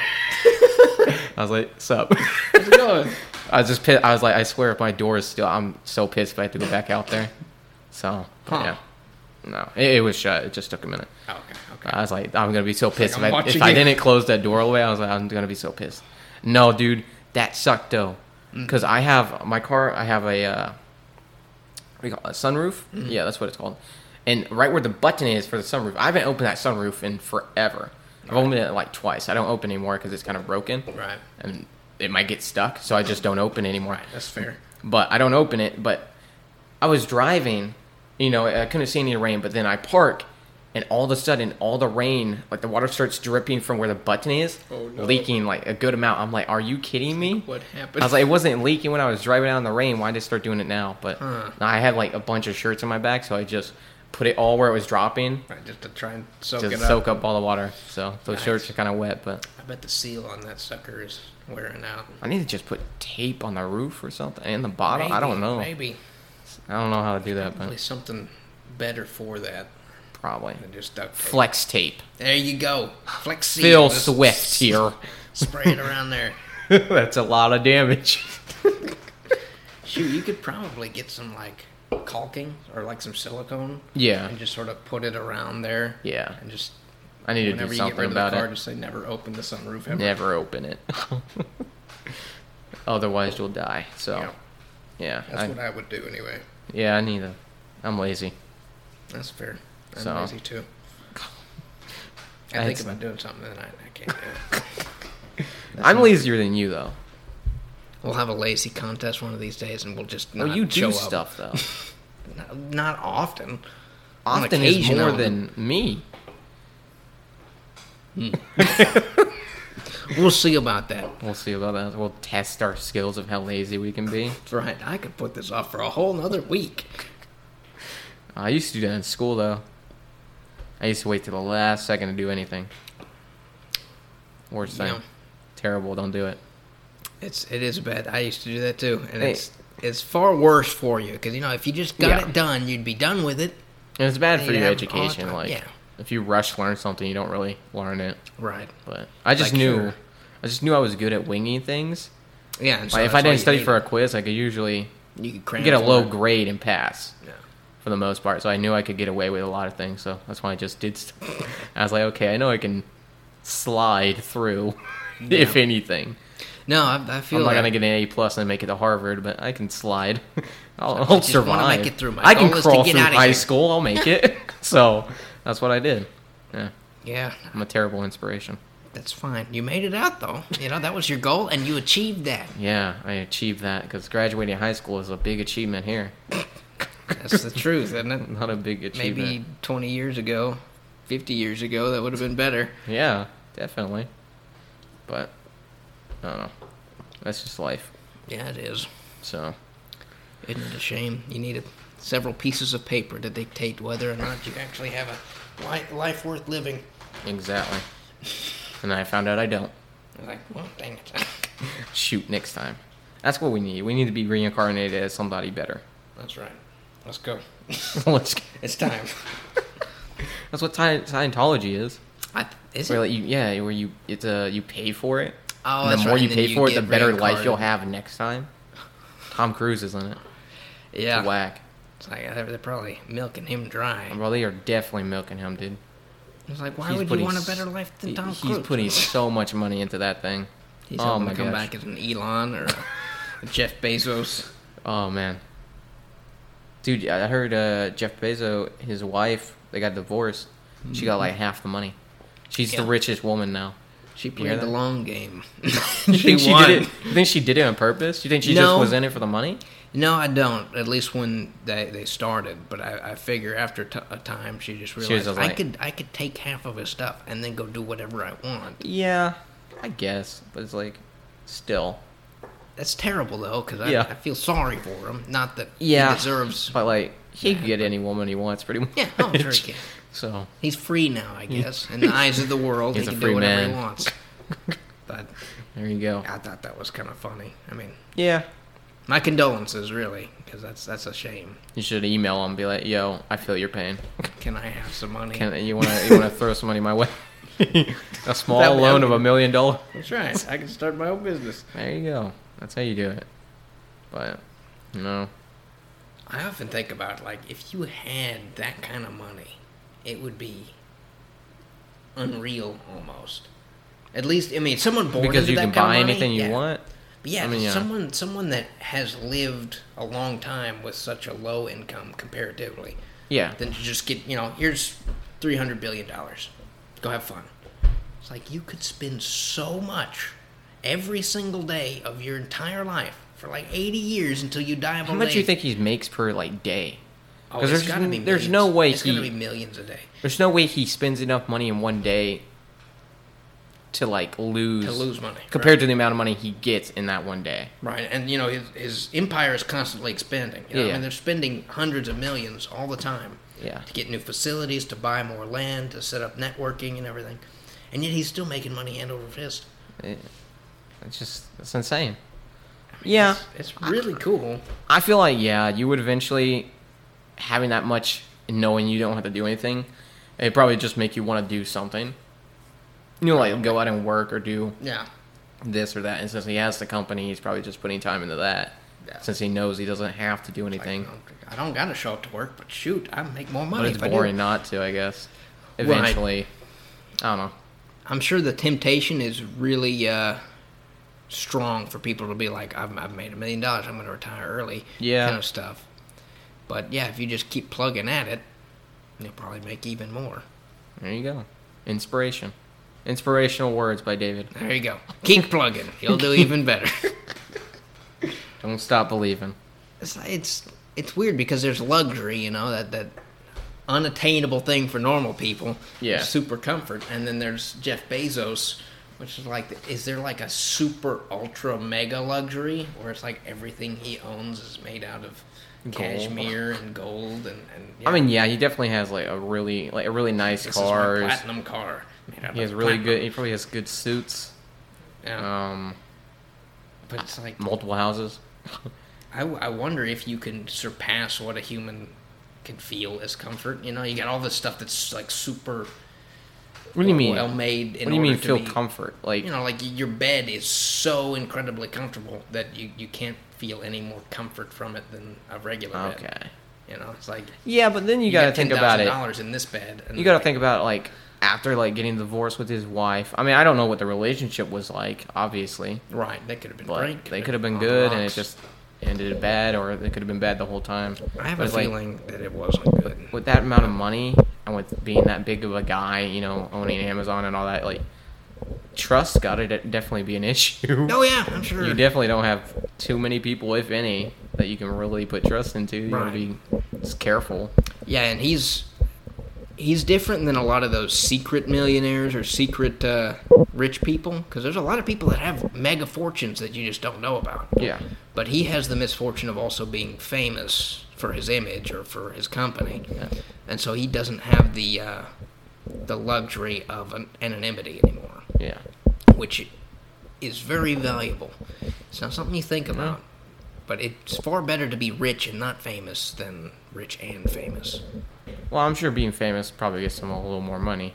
I was like, sup.
How's it going?
I was just pissed. I was like, I swear, if my door is still, I'm so pissed if I have to go back out there. So
Huh.
yeah, no, it, it was shut. It just took a minute.
Oh, okay, okay.
I was like, I'm gonna be so pissed if,
I'm
I, if
watching
I
you.
didn't close that door away. I was like, I'm gonna be so pissed. No, dude, that sucked though,
Mm.
because I have my car. I have a uh, what do you call it, a sunroof?
Mm-hmm.
Yeah, that's what it's called. And right where the button is for the sunroof, I haven't opened that sunroof in forever. I've opened it like twice. I don't open anymore because it's kind of broken,
Right.
and it might get stuck. So I just don't open anymore
That's fair.
but I don't open it. But I was driving, you know, I couldn't see any rain. But then I park, and all of a sudden all the rain like the water starts dripping from where the button is
Oh, no.
leaking like a good amount i'm like are you kidding me
What happened?
i was like it wasn't leaking when i was driving out in the rain why did it start doing it now but
Huh.
no, i had like a bunch of shirts on my back so i just put it all where it was dropping
Right, just to try and soak
just
it up.
soak up all the water so those
Nice.
shirts are kind of wet but
I bet the seal on that sucker is wearing out.
i need to just put tape on the roof or something and the bottom i don't
Maybe-
know
Maybe
i don't know how to do that
probably
but
something better for that
probably
than just duct tape.
flex tape
There you go. Flex seal.
phil
Just
swift here
Spray it around there.
that's a lot of damage
Shoot, you could probably get some like caulking or like some silicone.
Yeah.
And just sort of put it around there.
Yeah.
And just
i need to do
whenever you get
something
rid of the
about
car,
it
just say never open the sunroof ever.
never open it otherwise you'll die so
Yeah.
yeah
That's
I-
what I would do anyway.
yeah i need to i'm lazy
That's fair. I'm
So-
lazy too.
I
I,
had
think
some-
about doing something and I, I can't do it.
i'm lazier than you though
We'll have a lazy contest one of these days, and we'll just
well
not
Oh, you do
show
stuff though
up. Not, not often. On
often is
occasion,
more
I'll-
than me
We'll see about that.
we'll see about that we'll test our skills of how lazy we can be
Right, I could put this off for a whole nother week.
i used to do that in school though i used to wait till the last second to do anything worst thing
Yeah.
terrible don't do it
It's it is bad. I used to do that too, and
Hey.
it's it's far worse for you because you know if you just got
Yeah.
it done, you'd be done with it.
And it's bad
Yeah,
for
you
your
have it all the
education.
time.
Like,
Yeah.
if you rush learn something, you don't really learn it.
Right.
But I just
Like
knew,
your-
I just knew I was good at winging things.
Yeah. And so
Like, if
that's
I
why
didn't
you
study
hate
for a
it.
quiz, I could usually
you could cram
get a
for
low
it.
grade and pass
Yeah.
for the most part. So I knew I could get away with a lot of things. So that's why I just did. St- I was like, okay, I know I can slide through, if
Yeah.
anything.
No, I, I feel
I'm not
that.
gonna get an A plus and make it to Harvard, but I can slide. I'll, I'll
I just wanna
survive.
make it through. My
I can
goal is to
crawl
get
through
outta
high
here.
school. I'll make it. so that's what I did. Yeah.
Yeah,
I'm a terrible inspiration.
that's fine. You made it out though. You know that was your goal, and you achieved that.
Yeah, I achieved that because graduating high school is a big achievement here.
That's the truth, isn't it?
Not a big achievement.
Maybe 20 years ago, 50 years ago, that would have been better.
Yeah, definitely. But I don't know. That's just life.
Yeah, it is.
So
Isn't it a shame? You needed several pieces of paper to dictate whether or not you actually have a li- life worth living.
exactly. And I found out I don't.
It's Like, well, dang it.
Shoot, next time. That's what we need. We need to be reincarnated as somebody better.
That's right. Let's go.
Let's-
It's time.
That's what Sci- Scientology is.
I, is
Where
it?
like you, yeah, where you it's a you pay for it.
Oh,
and
that's
the more
right,
you
and then
pay
you
for it, the
get
better life
reincarnated.
you'll have next time. Tom Cruise is in it.
Yeah.
Whack.
It's like uh, they're, they're probably milking him dry.
Bro, they are definitely milking him, dude.
It's like, why
He's
would you
putting
want a
s-
better life than
he-
Tom
he's
Cruise?
putting so much money into that thing.
He's
oh
hoping
my
to come
gosh.
back as an Elon or a Jeff Bezos.
Oh man, dude, I heard uh, Jeff Bezos, his wife, they got divorced. She got like half the money. She's the
Mm-hmm. Yeah.
richest woman now.
She
hear
played the
that?
long game.
You
she
think she
won.
did it? You think she did it on purpose? You think she just
No.
was in it for the money?
No, I don't. At least when they, they started, but I, I figure after t- a time she just
was
realized
just
I
like-
could I could take half of his stuff and then go do whatever I want.
Yeah, I guess, but it's like, still,
That's terrible though, because I,
Yeah.
I feel sorry for him. Not that
yeah,
he deserves.
But like, he can get any woman he wants, pretty much.
Yeah, oh, I'm sure he can.
So
He's free now, I guess, in the eyes of the world.
He's
he
a
can
free
do whatever
man.
he wants. But
there you go.
I thought that was kind of funny. I mean,
Yeah,
my condolences, really, because that's that's a shame.
you should email him, and be like, "Yo, I feel your pain."
Can I have some money?
Can you want to you want to throw some money my way? a small
That- that
loan of
would-
a million dollars.
That's right. I can start my own business.
There you go. That's how you do it. But no,
I often think about like if you had that kind of money, it would be unreal almost. At least I mean, someone born
because
into
you
that
can
kind of
buy
money,
anything you
yeah.
want.
But yeah,
I mean, yeah.
someone someone that has lived a long time with such a low income comparatively,
Yeah,
than to just get you know here's three hundred billion dollars, go have fun. It's like you could spend so much every single day of your entire life for like eighty years until you die of
how
old
much do you
age.
think he makes per like day?
Oh,
'Cause
it's
there's-
gotta be
there's
millions.
no way
It's gonna
he-
be millions a day
There's no way he spends enough money in one day to like lose,
to lose money
compared
right?
to the amount of money he gets in that one day.
Right, and you know his, his empire is constantly expanding. You know?
Yeah.
I mean, they're spending hundreds of millions all the time
Yeah.
to get new facilities, to buy more land, to set up networking and everything, and yet he's still making money hand over fist.
It- it's just it's insane. Yeah,
It's, it's really cool.
I feel like yeah, you would eventually having that much and knowing you don't have to do anything, it probably just make you want to do something. You know, like go out and work or do
Yeah,
this or that. And since he has the company, he's probably just putting time into that.
Yeah.
Since he knows he doesn't have to do
Like,
anything.
I don't gotta show up to work, but shoot, I make more money.
But it's
if I do.
boring not to, I guess.
Right.
Eventually, I don't know.
I'm sure the temptation is really uh, strong for people to be like, I've, I've made a million dollars, I'm going to retire early,
Yeah.
kind of stuff. But yeah, if you just keep plugging at it, you'll probably make even more.
There you go. Inspiration. Inspirational words by David.
There you go. Keep plugging. You'll do even better.
Don't stop believing.
it's, it's it's weird because there's luxury, you know, that that unattainable thing for normal people.
Yeah.
Super comfort, and then there's Jeff Bezos, which is like, is there like a super ultra mega luxury where it's like everything he owns is made out of
Gold.
cashmere and gold and and
I mean, yeah, he definitely has like a really like a really nice
this
cars.
is my platinum car. Made out
He has
of
really good.
platinum.
He probably has good suits.
Yeah.
Um,
but it's like
multiple houses.
I, I wonder if you can surpass what a human can feel as comfort. You know, you got all this stuff that's like super
What do you mean?
well
What
made. in
do you
order
mean
to
feel
be-
comfort? Like
You know, like your bed is so incredibly comfortable that you, you can't feel any more comfort from it than a regular bed.
okay.
You know, it's like
Yeah, but then you, gotta
got
think about it.
$10,000 in this bed. And
You gotta think about like after like getting divorced with his wife. I mean, I don't know what the relationship was like, obviously,
right. That could have been
but
great.
they could have been
on the
good, and it
rocks.
just ended bad, or it could have been bad the whole time.
I have
But
a
it's like,
feeling that it wasn't good.
with that amount of money and with being that big of a guy, you know, owning Amazon and all that, like trust gotta de- definitely be an issue.
Oh yeah, I'm sure.
You definitely don't have too many people, if any, that you can really put trust into. You
Right.
gotta be just careful.
Yeah, and he's he's different than a lot of those secret millionaires or secret uh, rich people because there's a lot of people that have mega fortunes that you just don't know about.
Yeah.
But he has the misfortune of also being famous for his image or for his company, and so he doesn't have the uh, the luxury of an anonymity anymore,
Yeah.
which is very valuable. It's not something you think about. But it's far better to be rich and not famous than rich and famous.
Well, I'm sure being famous probably gets him a little more money.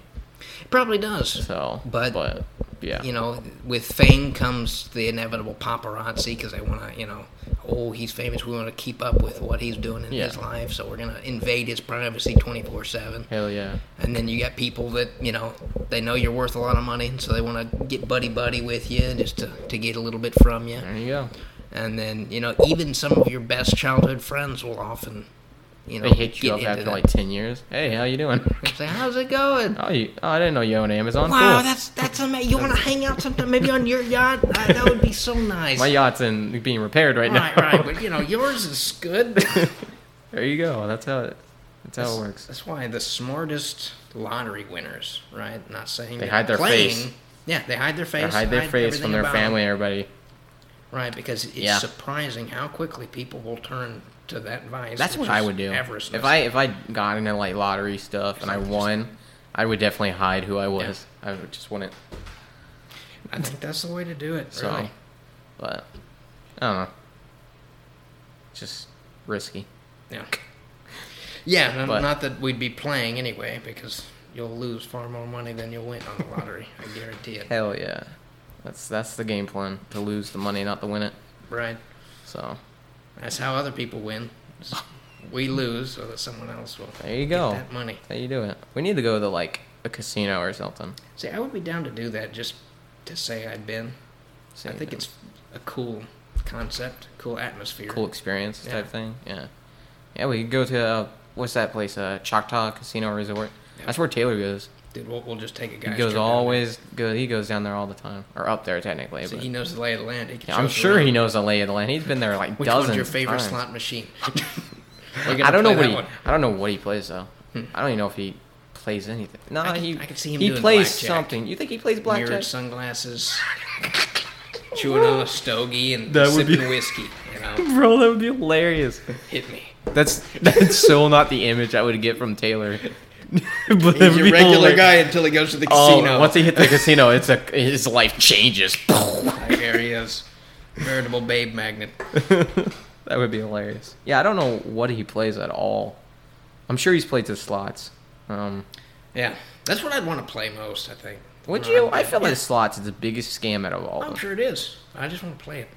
It probably does.
So,
But,
but yeah,
you know, with fame comes the inevitable paparazzi because they want to, you know, oh, he's famous. We want to keep up with what he's doing in
Yeah.
his life, so we're gonna invade his privacy twenty four seven.
hell yeah,
And then you got people that, you know, they know you're worth a lot of money, so they want to get buddy buddy with you just to to get a little bit from you.
there you go.
And then, you know, even some of your best childhood friends will often, you know,
They hit you
get
up
into
after
that.
like ten years. Hey, how you doing?
Say, how's it going?
Oh, you, oh I didn't know you owned Amazon.
Wow,
Cool.
that's that's amazing. You want to hang out sometime, maybe on your yacht? Uh, that would be so nice.
My yacht's in being repaired right,
right,
now.
right. But you know, yours is good.
There you go. That's how it. That's how it works.
That's why the smartest lottery winners, right? Not saying
They
they're
hide their
playing.
face.
Yeah, they hide their face.
They hide their face
everything
from their
about
family, everybody.
them. right? Because it's
Yeah.
surprising how quickly people will turn to that vice.
That's
which
what I
is
would do.
Avariceness.
If I if I got into like lottery stuff and I won, I would definitely hide who I was. I would just wouldn't.
I think that's the way to do it.
So,
Really.
but I don't know. Just risky.
Yeah. Yeah, no-
But-
not that we'd be playing anyway, because you'll lose far more money than you'll win on the lottery. I guarantee it.
Hell yeah. That's that's the game plan to lose the money, not to win it.
Right.
So
That's how other people win. We lose so that someone else will
there you
get
go.
that money.
How you do it? We need to go to like a casino or something.
See, I would be down to do that just to say I've been.
See,
I think it's a cool concept, cool atmosphere.
cool experience type
Yeah.
thing. Yeah, yeah. We could go to uh, what's that place? Uh, Choctaw Casino Resort. That's where Taylor goes.
Dude, we'll, we'll just take a guy.
He goes always good. He goes down there all the time, or up there technically.
So
but-
he knows the lay of the land. He can
Yeah,
show
I'm
us
sure he
around.
knows the lay of the land. He's been there like
Which
dozens.
one's your favorite
times.
slot machine? We're gonna
I don't know
play
what
that
he.
one. Hmm.
I don't know what he plays though. I don't even know if he plays anything. No,
I can-
he.
I can see him
He
doing
plays
blackjack.
something. You think he plays blackjack?
Mirrored sunglasses, chewing on a stogie, and
That would
sipping
be-
whiskey. You know,
Bro, that would be hilarious.
hit me.
That's that's so not the image I would get from Taylor. but
He's a regular guy until he goes to the casino.
Oh, once he hit the casino, it's a his life changes.
Like, there he is, veritable babe magnet.
that would be hilarious. Yeah, I don't know what he plays at all. I'm sure he's played the slots. Um,
Yeah, that's what I'd want to play most. I think.
would
When
you?
I'm-
I feel
yeah,
like slots is the biggest scam out of all.
I'm
of them.
sure it is. I just want to play it.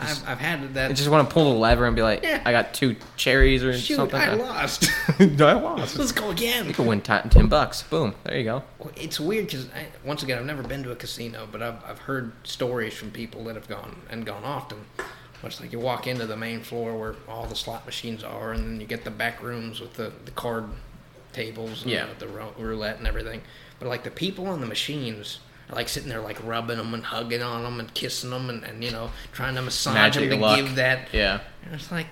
I've, I've had
I
that.
just want to pull the lever and be like,
Yeah.
I got two cherries or
Shoot,
something.
I lost.
I lost.
Let's go again.
You could win ti- ten bucks. Boom. There you go.
Well, It's weird because once again, I've never been to a casino, but I've I've heard stories from people that have gone and gone often. Much like you walk into the main floor where all the slot machines are, and then you get the back rooms with the, the card tables, and
Yeah.
the, the rou- roulette and everything. But like the people on the machines are like sitting there like rubbing them and hugging on them and kissing them and, and you know trying to massage
Magic
them to
luck.
give that.
Yeah.
And it's like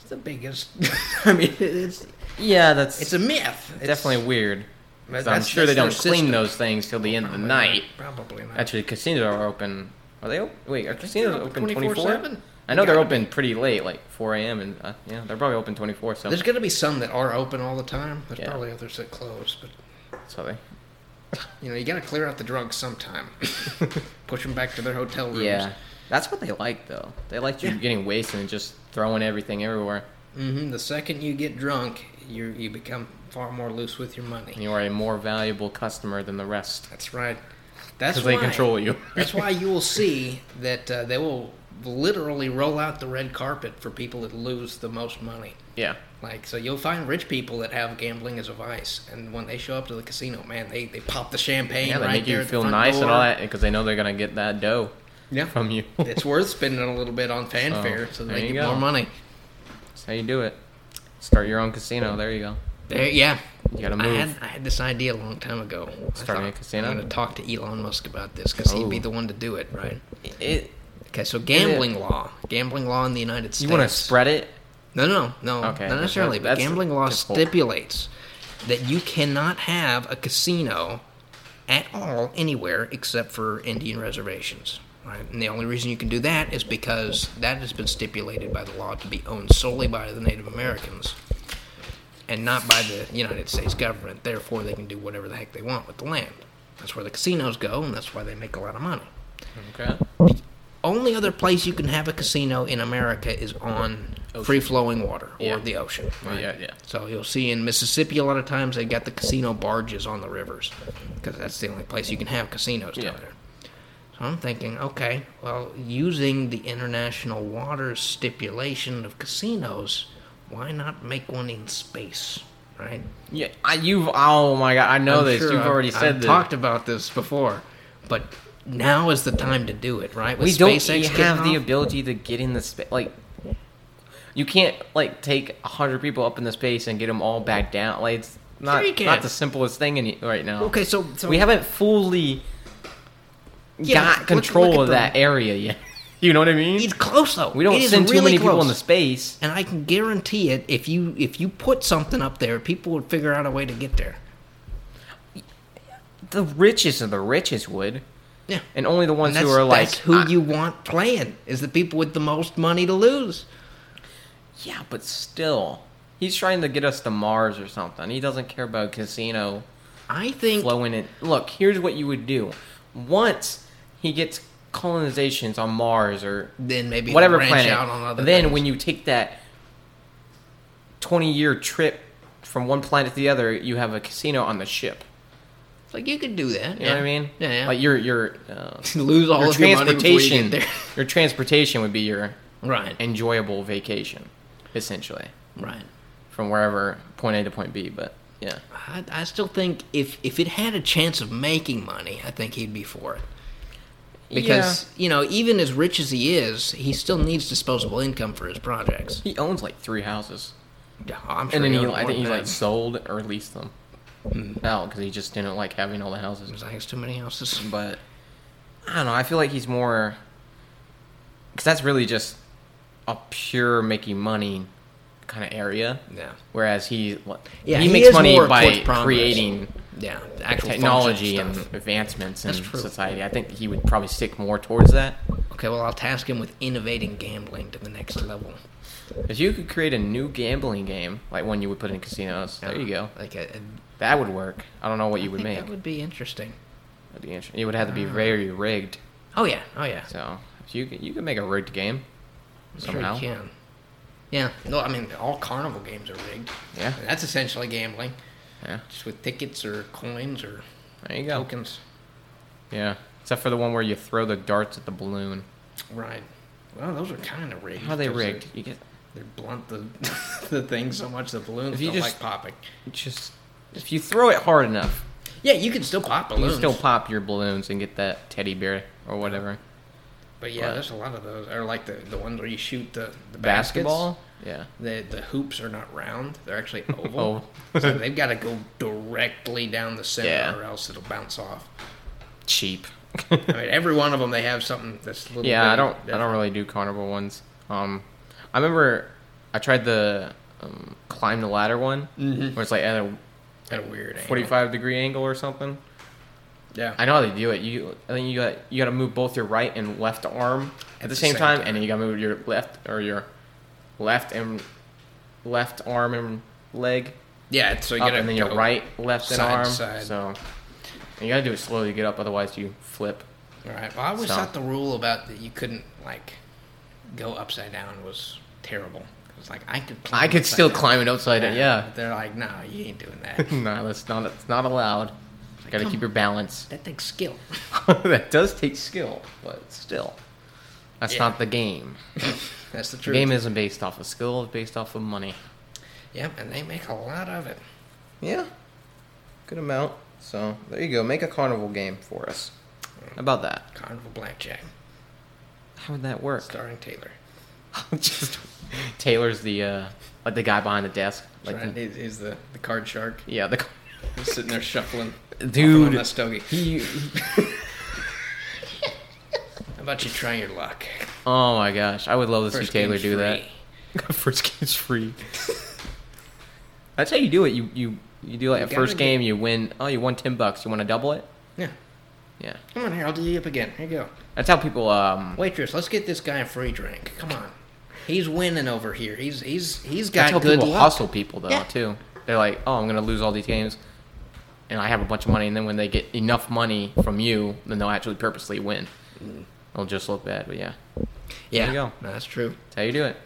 it's the biggest. I mean, it- it's
Yeah, that's
it's a myth. It's,
definitely weird. 'Cause I'm
that's-
sure they
that's
don't
their
clean
system.
those things till the end of the
Probably not.
night.
Probably not.
Actually, casinos are open. Are they? Open? Wait, are casinos
they're
open
open
twenty four?
24/7?
I know
They
they're
gotta
open pretty late, like four a.m. and uh, yeah, they're probably open twenty four. So
There's going to be some that are open all the time. There's
Yeah.
probably others that close, but
so they.
you know you got to clear out the drugs sometime. Push them back to their hotel rooms.
Yeah, that's what they like though. They like you
Yeah.
getting wasted and just throwing everything everywhere.
hmm The second you get drunk, you you become far more loose with your money.
And you are a more valuable customer than the rest
That's right. That's
because they
why-
control you.
that's why you will see that uh, they will literally roll out the red carpet for people that lose the most money.
yeah,
Like so, you'll find rich people that have gambling as a vice, and when they show up to the casino, man, they, they pop the champagne
yeah, they
right
make
there.
you
at the
feel
front
nice
door.
and all that because they know they're gonna get that dough
Yeah,
from you.
it's worth spending a little bit on fanfare
So,
so that
Oh, there
they
you
get
go.
more money.
that's how you do it. Start your own casino. There you go.
There, yeah.
You gotta
I
move.
had, I had this idea a long time ago. I
Starting a
thought,
casino?
I'm going to talk to Elon Musk about this because he'd be
Oh.
the one to do it, right?
It,
Okay, so gambling law, gambling law in the United States.
you want to spread it?
No, no, no.
Okay,
not necessarily. But
that's
gambling law
difficult.
stipulates that you cannot have a casino at all anywhere except for Indian reservations. Right? And the only reason you can do that is because that has been stipulated by the law to be owned solely by the Native Americans and not by the United States government. Therefore, they can do whatever the heck they want with the land. That's where the casinos go, and that's why they make a lot of money
Okay.
only other place you can have a casino in America is on free flowing water or
Yeah.
the ocean.
Yeah, yeah.
So you'll see in Mississippi a lot of times they got the casino barges on the rivers because that's the only place you can have casinos down
Yeah.
there. So I'm thinking, okay, well, using the international waters stipulation of casinos, why not make one in space, right?
Yeah, I, you've. Oh my god, I know
I'm
this.
sure
you've
I've-
already said
I've
this.
talked about this before, but now is the time to do it, right? With
we don't
SpaceX
have
getting
the
off.
ability to get in the space. Like, you can't like take a hundred people up in the space and get them all back down. Like, it's not
Sure you can.
not the simplest thing in, right now.
Okay, so, so
we haven't fully
Yeah,
got
but look-
control
look at
of that area yet. you know what I mean?
It's close though.
we don't
It is
send too
really
many people
close.
into space.
And I can guarantee it. If you if you put something up there, people would figure out a way to get there.
The richest of the richest would,
Yeah.
and only the ones
that's,
who are like
that's who
"I-
you want playing is the people with the most money to lose.
Yeah, but still, he's trying to get us to Mars or something. He doesn't care about casino
I think
flowing in. Look, here's what you would do. Once he gets colonizations on Mars or
then maybe
whatever
branch
planet,
out on other
then
things.
when you take that twenty-year trip from one planet to the other, you have a casino on the ship.
like you could do that.
You know what I mean?
Yeah, yeah.
Like your your uh,
lose all
your
of your money before you
transportation.
get there.
your transportation would be your
right.
enjoyable vacation, essentially.
right.
from wherever point A to point B. But yeah,
I, I still think if if it had a chance of making money, I think he'd be for it. Because you know, even as rich as he is, he still needs disposable income for his projects.
he owns like three houses,
Yeah, I'm sure
and then
he
he,
owns
I
more
think he
than
like
that.
sold or leased them out because he just didn't like having all the houses.
There's, I guess too many houses.
But I don't know. I feel like he's more because that's really just a pure making money kind of area.
Yeah.
Whereas he, what-
Yeah,
he,
he
makes
is
money
more
by
towards progress.
creating
Yeah, the actual
technology
function
and
stuff.
advancements in
That's true.
society. I think he would probably stick more towards that.
Okay, well, I'll task him with innovating gambling to the next level.
If you could create a new gambling game, like one you would put in casinos, there you go.
Like, a, a,
That would work. I don't know what
I
you would
think
make.
that would Uh. be interesting.
That'd be interesting. It would have to be very rigged.
Oh yeah, oh yeah.
So if you could- you could make a rigged game
I'm
somehow.
sure you can. Yeah, no, I mean all carnival games are rigged.
Yeah.
And that's essentially gambling,
Yeah.
just with tickets or coins or
There you go.
tokens.
Yeah. Except for the one where you throw the darts at the balloon.
Right. Well, those are kind of rigged.
How are they
'cause they're-
rigged? You get
They blunt the the thing so much the balloons
If you
don't
just-
like popping.
just if you throw it hard enough,
Yeah, you can still pop
you
balloons.
can still pop your balloons and get that teddy bear or whatever.
But yeah,
Right.
there's a lot of those. Or like the, the ones where you shoot the, the baskets.
Basketball? Yeah.
The the hoops are not round; they're actually oval.
Oh.
so they've got to go directly down the center,
Yeah.
or else it'll bounce off.
Cheap.
I mean, every one of them they have something that's a little.
yeah, I
bit
don't I
different.
don't really do carnival ones. Um I remember I tried the um, climb the ladder one
Mm-hmm.
where it's like at a
Kind of weird. angle.
45 degree angle or something.
Yeah.
I know how they do it. You, I think you got you got to move both your right and left arm at, the same, time, and then you got to move your left or your left and left arm and leg
yeah. it's- So you
up,
gotta
and then your
go-
right, left, and
side to
arm.
side.
So and you got to do it slowly to get up, otherwise you flip.
All right. Well, I always
So.
thought the rule about that you couldn't like go upside down was terrible. It's like I could. Climb
I could
upside
still
down.
climb it upside down. Yeah,
but They're like, no, you ain't doing that.
no, that's not it's not allowed. Got to
Come
keep your balance.
that takes skill.
that does take skill, but still, that's
Yeah.
not the game.
That's the
The
truth.
game isn't based off of skill; it's based off of money.
Yep, and they make a lot of it.
Yeah. Good amount. So there you go. Make a carnival game for us. How about that?
Carnival Blackjack,
How would that work?
starring Taylor.
Just Taylor's the uh like the guy behind the desk. Like
Right,
the,
He's, he's the, the card shark.
yeah, the
He's sitting there shuffling.
Dude.
On that stogie.
he, he-
How about you try your luck?
Oh my gosh. I would love to see Taylor
game's
do that.
free.
first game's free. That's how you do it. You you you do like
You
a first
gotta
game, you win oh you won ten bucks, you wanna double it?
Yeah.
Yeah.
Come on here, I'll do you up again. Here you go.
That's how people um
Waitress, let's get this guy a free drink. Come on. He's winning over here. He's he's he's
That's
got
how
good
people
luck.
hustle people though
Yeah.
too. They're like, oh, I'm gonna lose all these games, and I have a bunch of money. And then when they get enough money from you, then they'll actually purposely win.
Mm.
It'll just look bad, but yeah, There
Yeah.
you go.
No, that's true.
that's how you do it.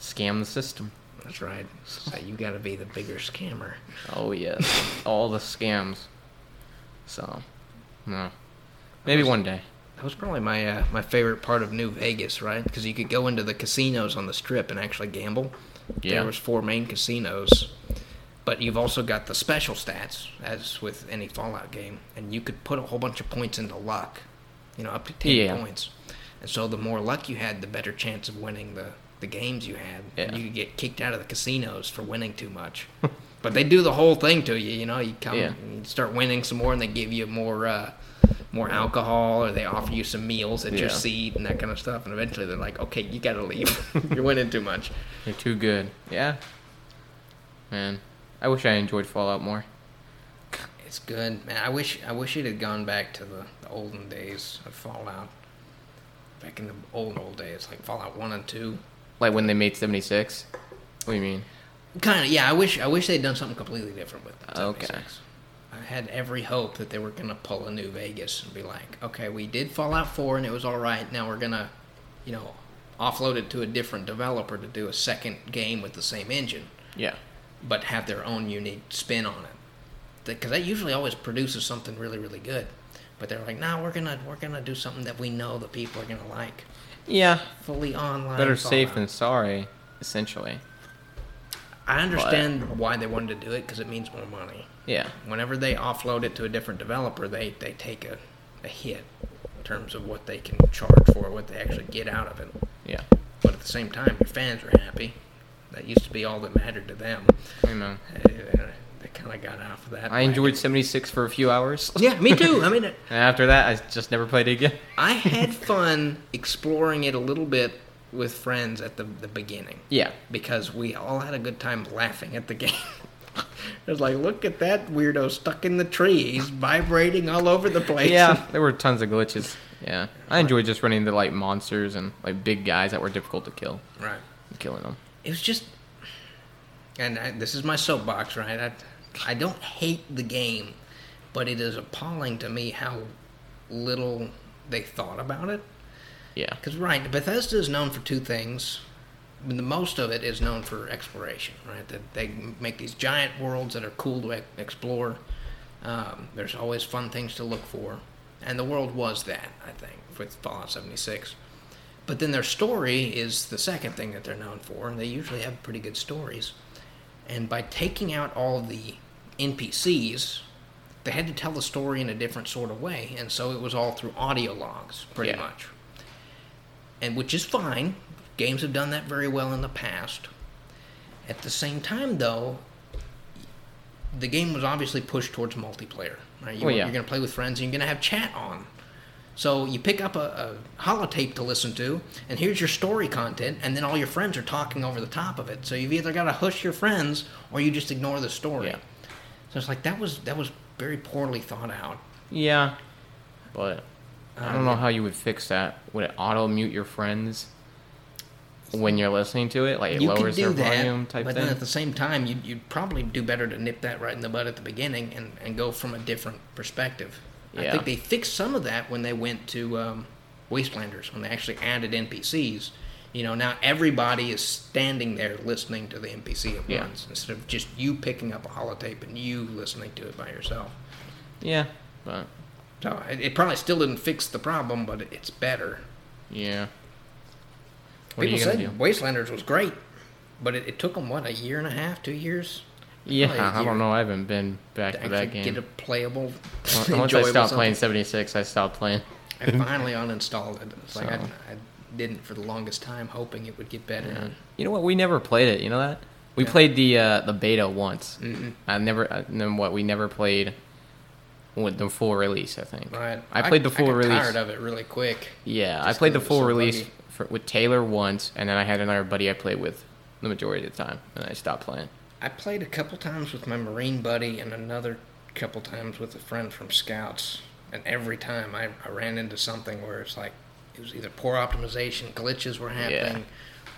Scam the system.
That's right. So you got to be the bigger scammer.
Oh yes, all the scams. So, no, maybe one day.
That was probably my uh, my favorite part of New Vegas, right? Because you could go into the casinos on the strip and actually gamble.
Yeah.
There was four main casinos, but you've also got the special stats, as with any Fallout game, and you could put a whole bunch of points into luck. You know, up to ten
Yeah.
points. And so the more luck you had, the better chance of winning the the games you had.
Yeah.
You could get kicked out of the casinos for winning too much. but they do the whole thing to you. You know, you come
Yeah.
and you start winning some more, and they give you more uh, more alcohol, or they offer you some meals at your
Yeah.
seat and that kind of stuff. And eventually, they're like, "Okay, you got to leave. You're winning too much."
You're too good. Yeah, man. I wish I enjoyed Fallout more.
It's good, man. I wish I wish it had gone back to the, the olden days of Fallout. Back in the old old days, like Fallout One and Two.
Like when they made 76. What do you mean?
Kind of, yeah. I wish I wish they'd done something completely different with.
Okay.
76. I had every hope that they were gonna pull a New Vegas and be like, okay, we did Fallout Four and it was all right. Now we're gonna, you know, offload it to a different developer to do a second game with the same engine,
Yeah.
but have their own unique spin on it. Because that usually always produces something really, really good. But they're like, nah, we're gonna we're gonna do something that we know the people are gonna like.
Yeah.
Fully online.
Better safe
Fallout.
than sorry, essentially.
I understand why they wanted to do it because it means more money.
Yeah.
whenever they offload it to a different developer, they, they take a, a hit in terms of what they can charge for, what they actually get out of it.
Yeah.
But at the same time, your fans are happy. That used to be all that mattered to them.
I know.
Uh, They kind of got off of that.
I enjoyed 76 for a few hours.
Yeah, me too. I mean,
And after that, I just never played it again.
I had fun exploring it a little bit with friends at the, the beginning
Yeah.
because we all had a good time laughing at the game. it was like, look at that weirdo stuck in the tree. He's vibrating all over the place.
Yeah, there were tons of glitches. Yeah. I enjoyed just running into like monsters and like big guys that were difficult to kill.
right.
Killing them.
It was just, and I, this is my soapbox, right? I, I don't hate the game, but it is appalling to me how little they thought about it.
Yeah.
Because right, Bethesda is known for two things. I mean, The most of it is known for exploration, right? That they make these giant worlds that are cool to e- explore. Um, there's always fun things to look for, and the world was that I think with Fallout 76. But then their story is the second thing that they're known for, and they usually have pretty good stories. And by taking out all the NPCs, they had to tell the story in a different sort of way, and so it was all through audio logs, pretty
Yeah.
much and which is fine. Games have done that very well in the past. At the same time, though, the game was obviously pushed towards multiplayer. Right? You,
Well, yeah.
You're going to play with friends, and you're going to have chat on. So you pick up a, a holotape to listen to, and here's your story content, and then all your friends are talking over the top of it. So you've either got to hush your friends, or you just ignore the story.
Yeah.
So it's like that was that was very poorly thought out.
Yeah. But I don't know how you would fix that. Would it auto mute your friends when you're listening to it? Like it
you
lowers
could do
their
that,
volume type
but
thing?
then at the same time, you'd, you'd probably do better to nip that right in the bud at the beginning and, and go from a different perspective. I
Yeah.
think they fixed some of that when they went to um, Wastelanders, when they actually added NPCs. You know, now everybody is standing there listening to the NPC at
Yeah.
once instead of just you picking up a holotape and you listening to it by yourself.
yeah. But
So it, it probably still didn't fix the problem, but it, it's better.
yeah. What
People
are you
said
gonna do?
Wastelanders was great, but it, it took them, what, a year and a half, two years? probably a
Yeah, I
year.
don't know. I haven't been back
to
to
actually
that game.
get a playable.
Once I
enjoyable
stopped
something.
playing 76, I stopped playing.
I finally uninstalled it. It's like I,
So.
I didn't for the longest time, hoping it would get better.
You know what? We never played it. You know that? We
Yeah.
played the uh, the beta once. I never. I- And then what? We never played with the full release. I think.
Right.
I played the full
I got
release.
Tired of it really quick.
yeah, I
just
played
'cause
the
it was
full
so
release
buggy.
for, with Taylor once, and then I had another buddy I played with the majority of the time, and I stopped playing.
I played a couple times with my Marine buddy and another couple times with a friend from Scouts. And every time I, I ran into something where it's like, it was either poor optimization, glitches were happening,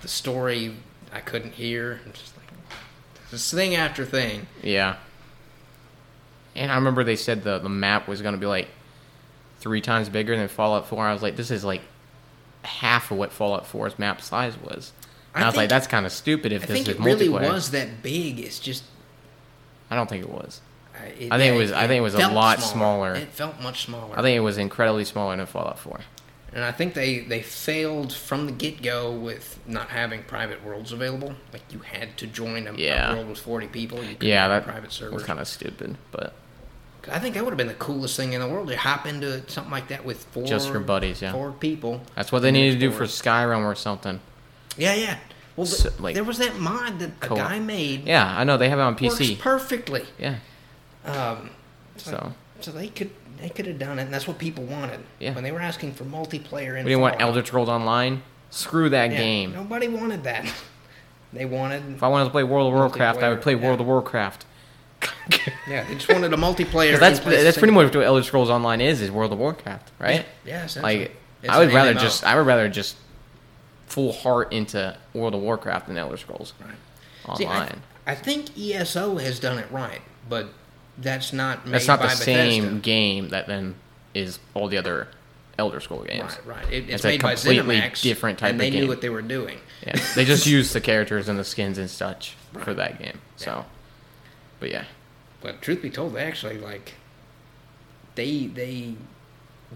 the story I couldn't hear. i just like, this thing after thing.
Yeah. And I remember they said the the map was gonna be like three times bigger than Fallout Four. I was like, this is like half of what Fallout 4's map size was. And
I
I, was like,
think-
that's kind of stupid if
I
this
think
is
it really
multiplayer.
was that big. It's just
I don't think it was.
I
I think it was- I think it was a
Uh, felt
lot smaller.
It felt much smaller.
I think it was incredibly smaller than Fallout 4.
and I think they they failed from the get go with not having private worlds available. Like you had to join a, a
Yeah.
world with forty people. You couldn't
Yeah,
have a
that
private server.
was kind of stupid, but
I think that would have been the coolest thing in the world to hop into something like that with four
Just your buddies, yeah. Uh,
four people.
that's what they
And
needed to do for
explore.
Skyrim or something.
Yeah, yeah. Well,
So,
th-
like,
there was that mod that a
co-op.
guy made.
Yeah, I know they have it on
works
PC.
perfectly.
yeah,
Um,
so
So they could they could have done it, and that's what people wanted.
Yeah.
When they were asking for multiplayer, in
we didn't want
Fallout.
Elder Scrolls Online. Screw that
Yeah,
game.
Nobody wanted that. They wanted
If I wanted to play World of Warcraft, I would play
Multiplayer,
World
yeah.
of Warcraft.
yeah. They just wanted a multiplayer.
'Cause that's
in place
that's
to
pretty
sing-
much what Elder Scrolls Online is is World of Warcraft, right?
Yeah, essentially.
Like
It's
I would
an
rather
MMO.
just I would rather just full heart into World of Warcraft than Elder Scrolls
See, I-
Online.
I, think ESO has done it right, but that's not made
that's not the
by Bethesda.
same game that then is all the other Elder Scroll games.
Right, right. It,
It's
it's,
a
made by
completely
ZeniMax,
different type of
and they knew
game.
what they were doing.
Yeah, they just use the characters and the skins and such for that game. So, but yeah,
But truth be told, they actually like they they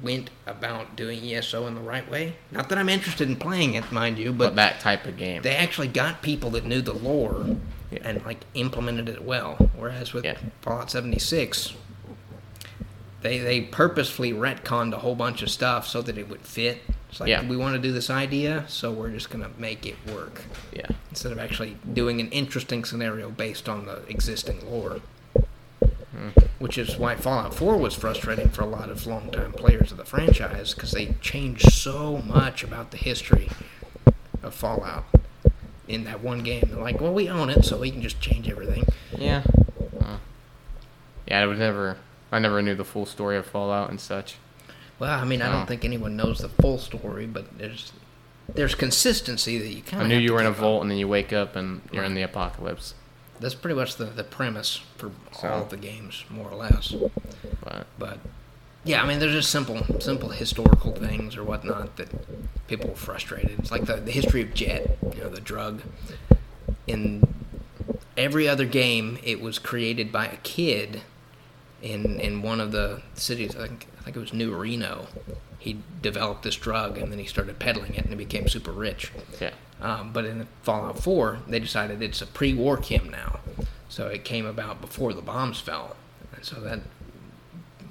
went about doing ESO in the right way. Not that I'm interested in playing it, mind you,
but,
but,
that type of game.
they actually got people that knew the lore
Yeah.
and like implemented it well. Whereas with
Yeah.
Fallout 76, they they purposefully retconned a whole bunch of stuff so that it would fit. It's like
Yeah.
we want to do this idea, so we're just gonna make it work
yeah,
instead of actually doing an interesting scenario based on the existing lore.
Hmm.
Which is why Fallout 4 was frustrating for a lot of longtime players of the franchise because they changed so much about the history of Fallout in that one game. They're like, well, we own it, so we can just change everything.
Yeah. Uh, yeah, I would never. I never knew the full story of Fallout and such.
Well, I mean, I
Oh.
don't think anyone knows the full story, but there's there's consistency that you kind
I,
of.
knew you were in a vault, and then you wake up and you're in the apocalypse.
That's pretty much the, the premise for
So-
all of the games, more or less.
But
But yeah, I mean, there's just simple, simple historical things or whatnot that people were frustrated. It's like the, the history of Jet, you know, the drug. In every other game, it was created by a kid in in one of the cities. I think I think it was New Reno. He developed this drug and then he started peddling it and he became super rich.
yeah,
Um, but in Fallout 4, they decided it's a pre-war chem now, so it came about before the bombs fell, and so that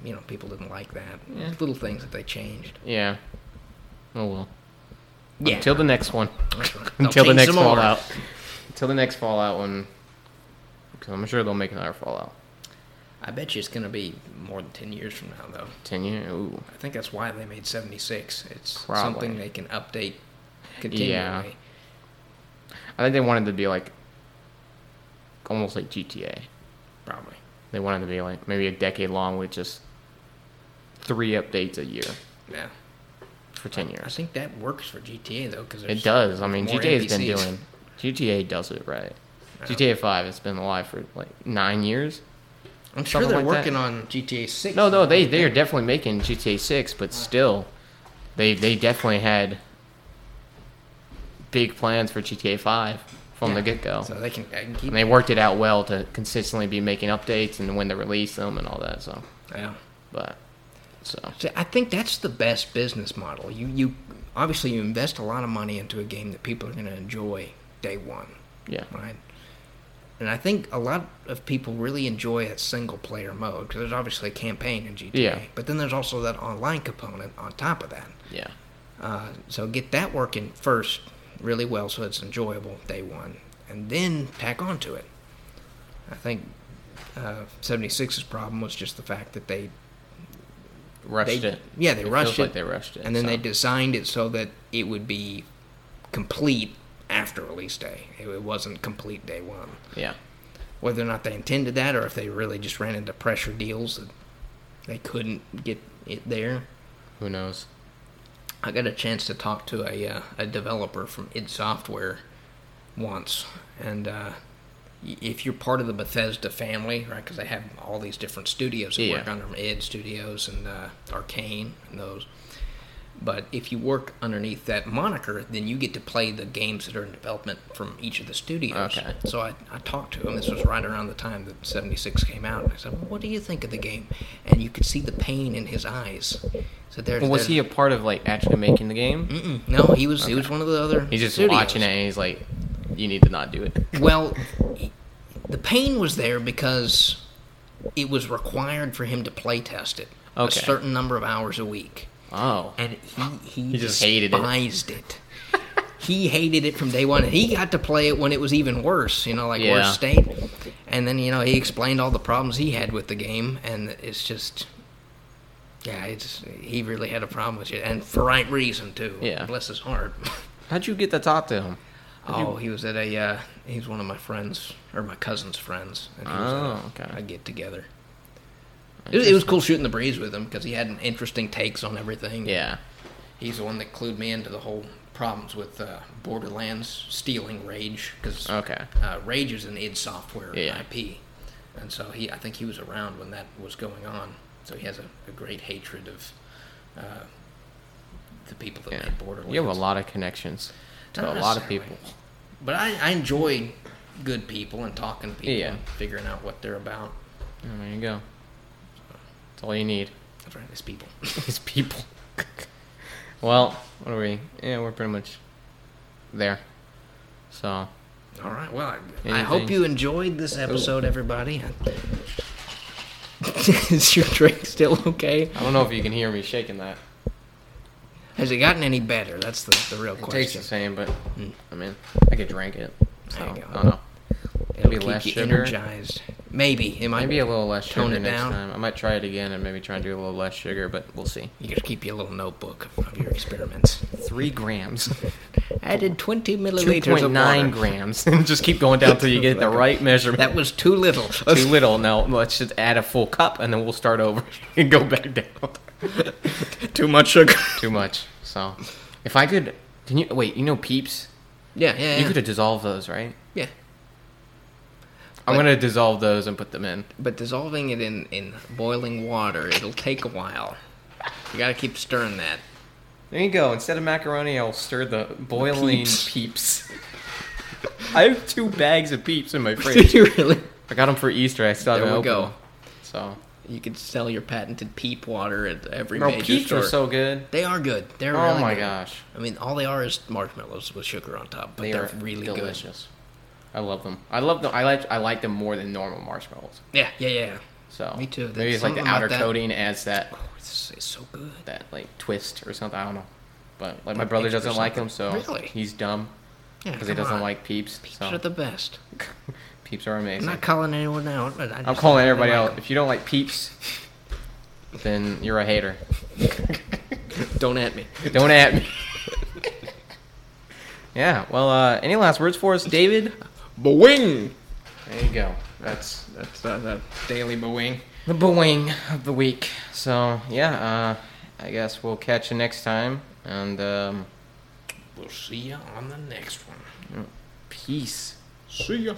you know people didn't like that.
Yeah.
Little things that they changed.
yeah. Oh well.
Yeah.
Until the next one.
That's right. They'll
Until the
change
next
some more.
Fallout. Until the next Fallout one. Because I'm sure they'll make another Fallout.
I bet you it's going to be more than 10 years from now, though.
Ten years. Ooh.
I think that's why they made 76. It's
Probably.
something they can update continually.
I think they wanted to be like almost like GTA.
Probably.
They wanted to be like maybe a decade long with just three updates a year
Yeah.
for ten years.
I think that works for GTA though, because
It does. I mean,
more
GTA's been
NPCs.
doing. GTA does it right.
Yeah.
GTA Five has been alive for like nine years.
I'm sure
something
they're
like that.
working on GTA 6.
No, no,
now.
they they are definitely making GTA Six, but still, they they definitely had big plans for GTA Five from the
Yeah.
get go,
So they can, they can keep
and they worked it out well to consistently be making updates and when to release them and all that. So,
Yeah.
but so
See, I think that's the best business model. You you obviously you invest a lot of money into a game that people are going to enjoy day one,
yeah,
right? And I think a lot of people really enjoy that single player mode because there's obviously a campaign in GTA,
Yeah.
but then there's also that online component on top of that.
yeah,
Uh, so get that working first really well so it's enjoyable day one, and then tack on to it. I think uh, 76's problem was just the fact that they
rushed
they,
it.
Yeah, they
It
rushed
feels
it.
like they rushed it,
and then
so.
they designed it so that it would be complete after release day. It, it wasn't complete day one.
Yeah,
Whether or not they intended that, or if they really just ran into pressure deals that they couldn't get it there.
who knows?
I got a chance to talk to a uh, a developer from id Software once, and uh, y- if you're part of the Bethesda family, right? Because they have all these different studios that work
Yeah.
under id Studios and uh, Arcane and those. But if you work underneath that moniker, then you get to play the games that are in development from each of the studios.
Okay.
So I, I talked to him. This was right around the time that 76 came out. And I said, well, What do you think of the game? And you could see the pain in his eyes. So there's,
was
there's-
he a part of like actually making the game?
Mm-mm. No, he was he was one of the other.
He's just
studios.
watching it and he's like, "You need to not do it."
Well, he- the pain was there because it was required for him to play test it
Okay.
a certain number of hours a week,
Oh,
and he he,
just hated it.
despised it. He hated it from day one. and He got to play it when it was even worse, you know, like
Yeah.
worse state. And then you know he explained all the problems he had with the game, and it's just. Yeah, it's he really had a problem with it, and for right reason too.
Yeah.
bless his heart.
how'd you get to talk to him?
Oh, he was at a. Uh, he's one of my friends or my cousin's friends. And he was
Oh,
at a,
okay.
A get together. It was, it was cool shooting the breeze with him because he had an interesting takes on everything.
Yeah.
he's the one that clued me into the whole problems with uh, Borderlands stealing Rage because
Okay.
uh, Rage is an id Software
Oh. Yeah.
IP, and so he I think he was around when that was going on. So he has a, a great hatred of uh, the people that
Yeah.
made Borderlands.
You have a lot of connections to
Not
a lot of
necessarily.
people.
But I, I enjoy good people and talking to people
Yeah.
and figuring out what they're about.
Oh, there you go. That's all you need
That's right, it's people.
is people. well, what are we? Yeah, we're pretty much there. So,
All right, well, I, I hope
Anything? Oh.
you enjoyed this episode, everybody. Is your drink still okay?
I don't know if you can hear me shaking that.
Has it gotten any better? That's the, the real
It tastes
question.
Mm. the same, but I mean, I could drink it. So,
There you
I
go.
don't know.
It'll
Maybe
keep
less
you
sugar?
energized. Maybe it might
Maybe a little less
Tone
sugar
it
next
down.
time. I might try it again and maybe try and do a little less sugar, but we'll see.
You just keep your little notebook of your experiments.
Three grams,
Added 20
two
milliliters
point
of
nine
water.
grams, and just keep going down till you get the right measurement.
That was too little.
too little. Now let's just add a full cup, and then we'll start over and go back down.
too much sugar.
Too much. So, if I could, can you wait? You know, Peeps.
Yeah, yeah,
You
yeah.
could have dissolved those, right?
yeah.
I'm
Like-
gonna dissolve those and put them in.
But dissolving it in, in boiling water, it'll take a while. You gotta keep stirring that.
There you go. Instead of macaroni, I'll stir the boiling
Peeps.
peeps. I have two bags of peeps in my fridge.
you really?
I got them for Easter. I still
There
haven't
we
opened
go.
them. So
You could sell your patented peep water at every
no,
major
peeps
store.
are so good.
they are good. They're
Oh
really
my
good.
gosh.
I mean, all they are is marshmallows with sugar on top, but
They
they are
are
really good.
delicious. I love them. I love them. I like I like them more than normal marshmallows.
Yeah, yeah, yeah.
So
Me too.
Maybe
There's
it's like the
something about
outer
that-
coating adds that
Oh, it's, it's so good.
that like twist or something. I don't know. But like my brother doesn't like them, so
Really?
he's dumb
Yeah,
because he
come
doesn't
on.
like peeps.
Peeps
so
are the best.
peeps are
I'm
amazing.
not calling anyone out, but I
I'm
just-
calling
I
everybody
like
out.
'em.
If you don't like peeps, then you're a hater.
Don't at me.
Don't at me. yeah. Well, uh, any last words for us, David?
Boing.
There you go. That's
That's uh, that daily boing.
the boing of the week. So yeah, uh, I guess we'll catch you next time, and um,
We'll see you on the next one.
peace.
See ya.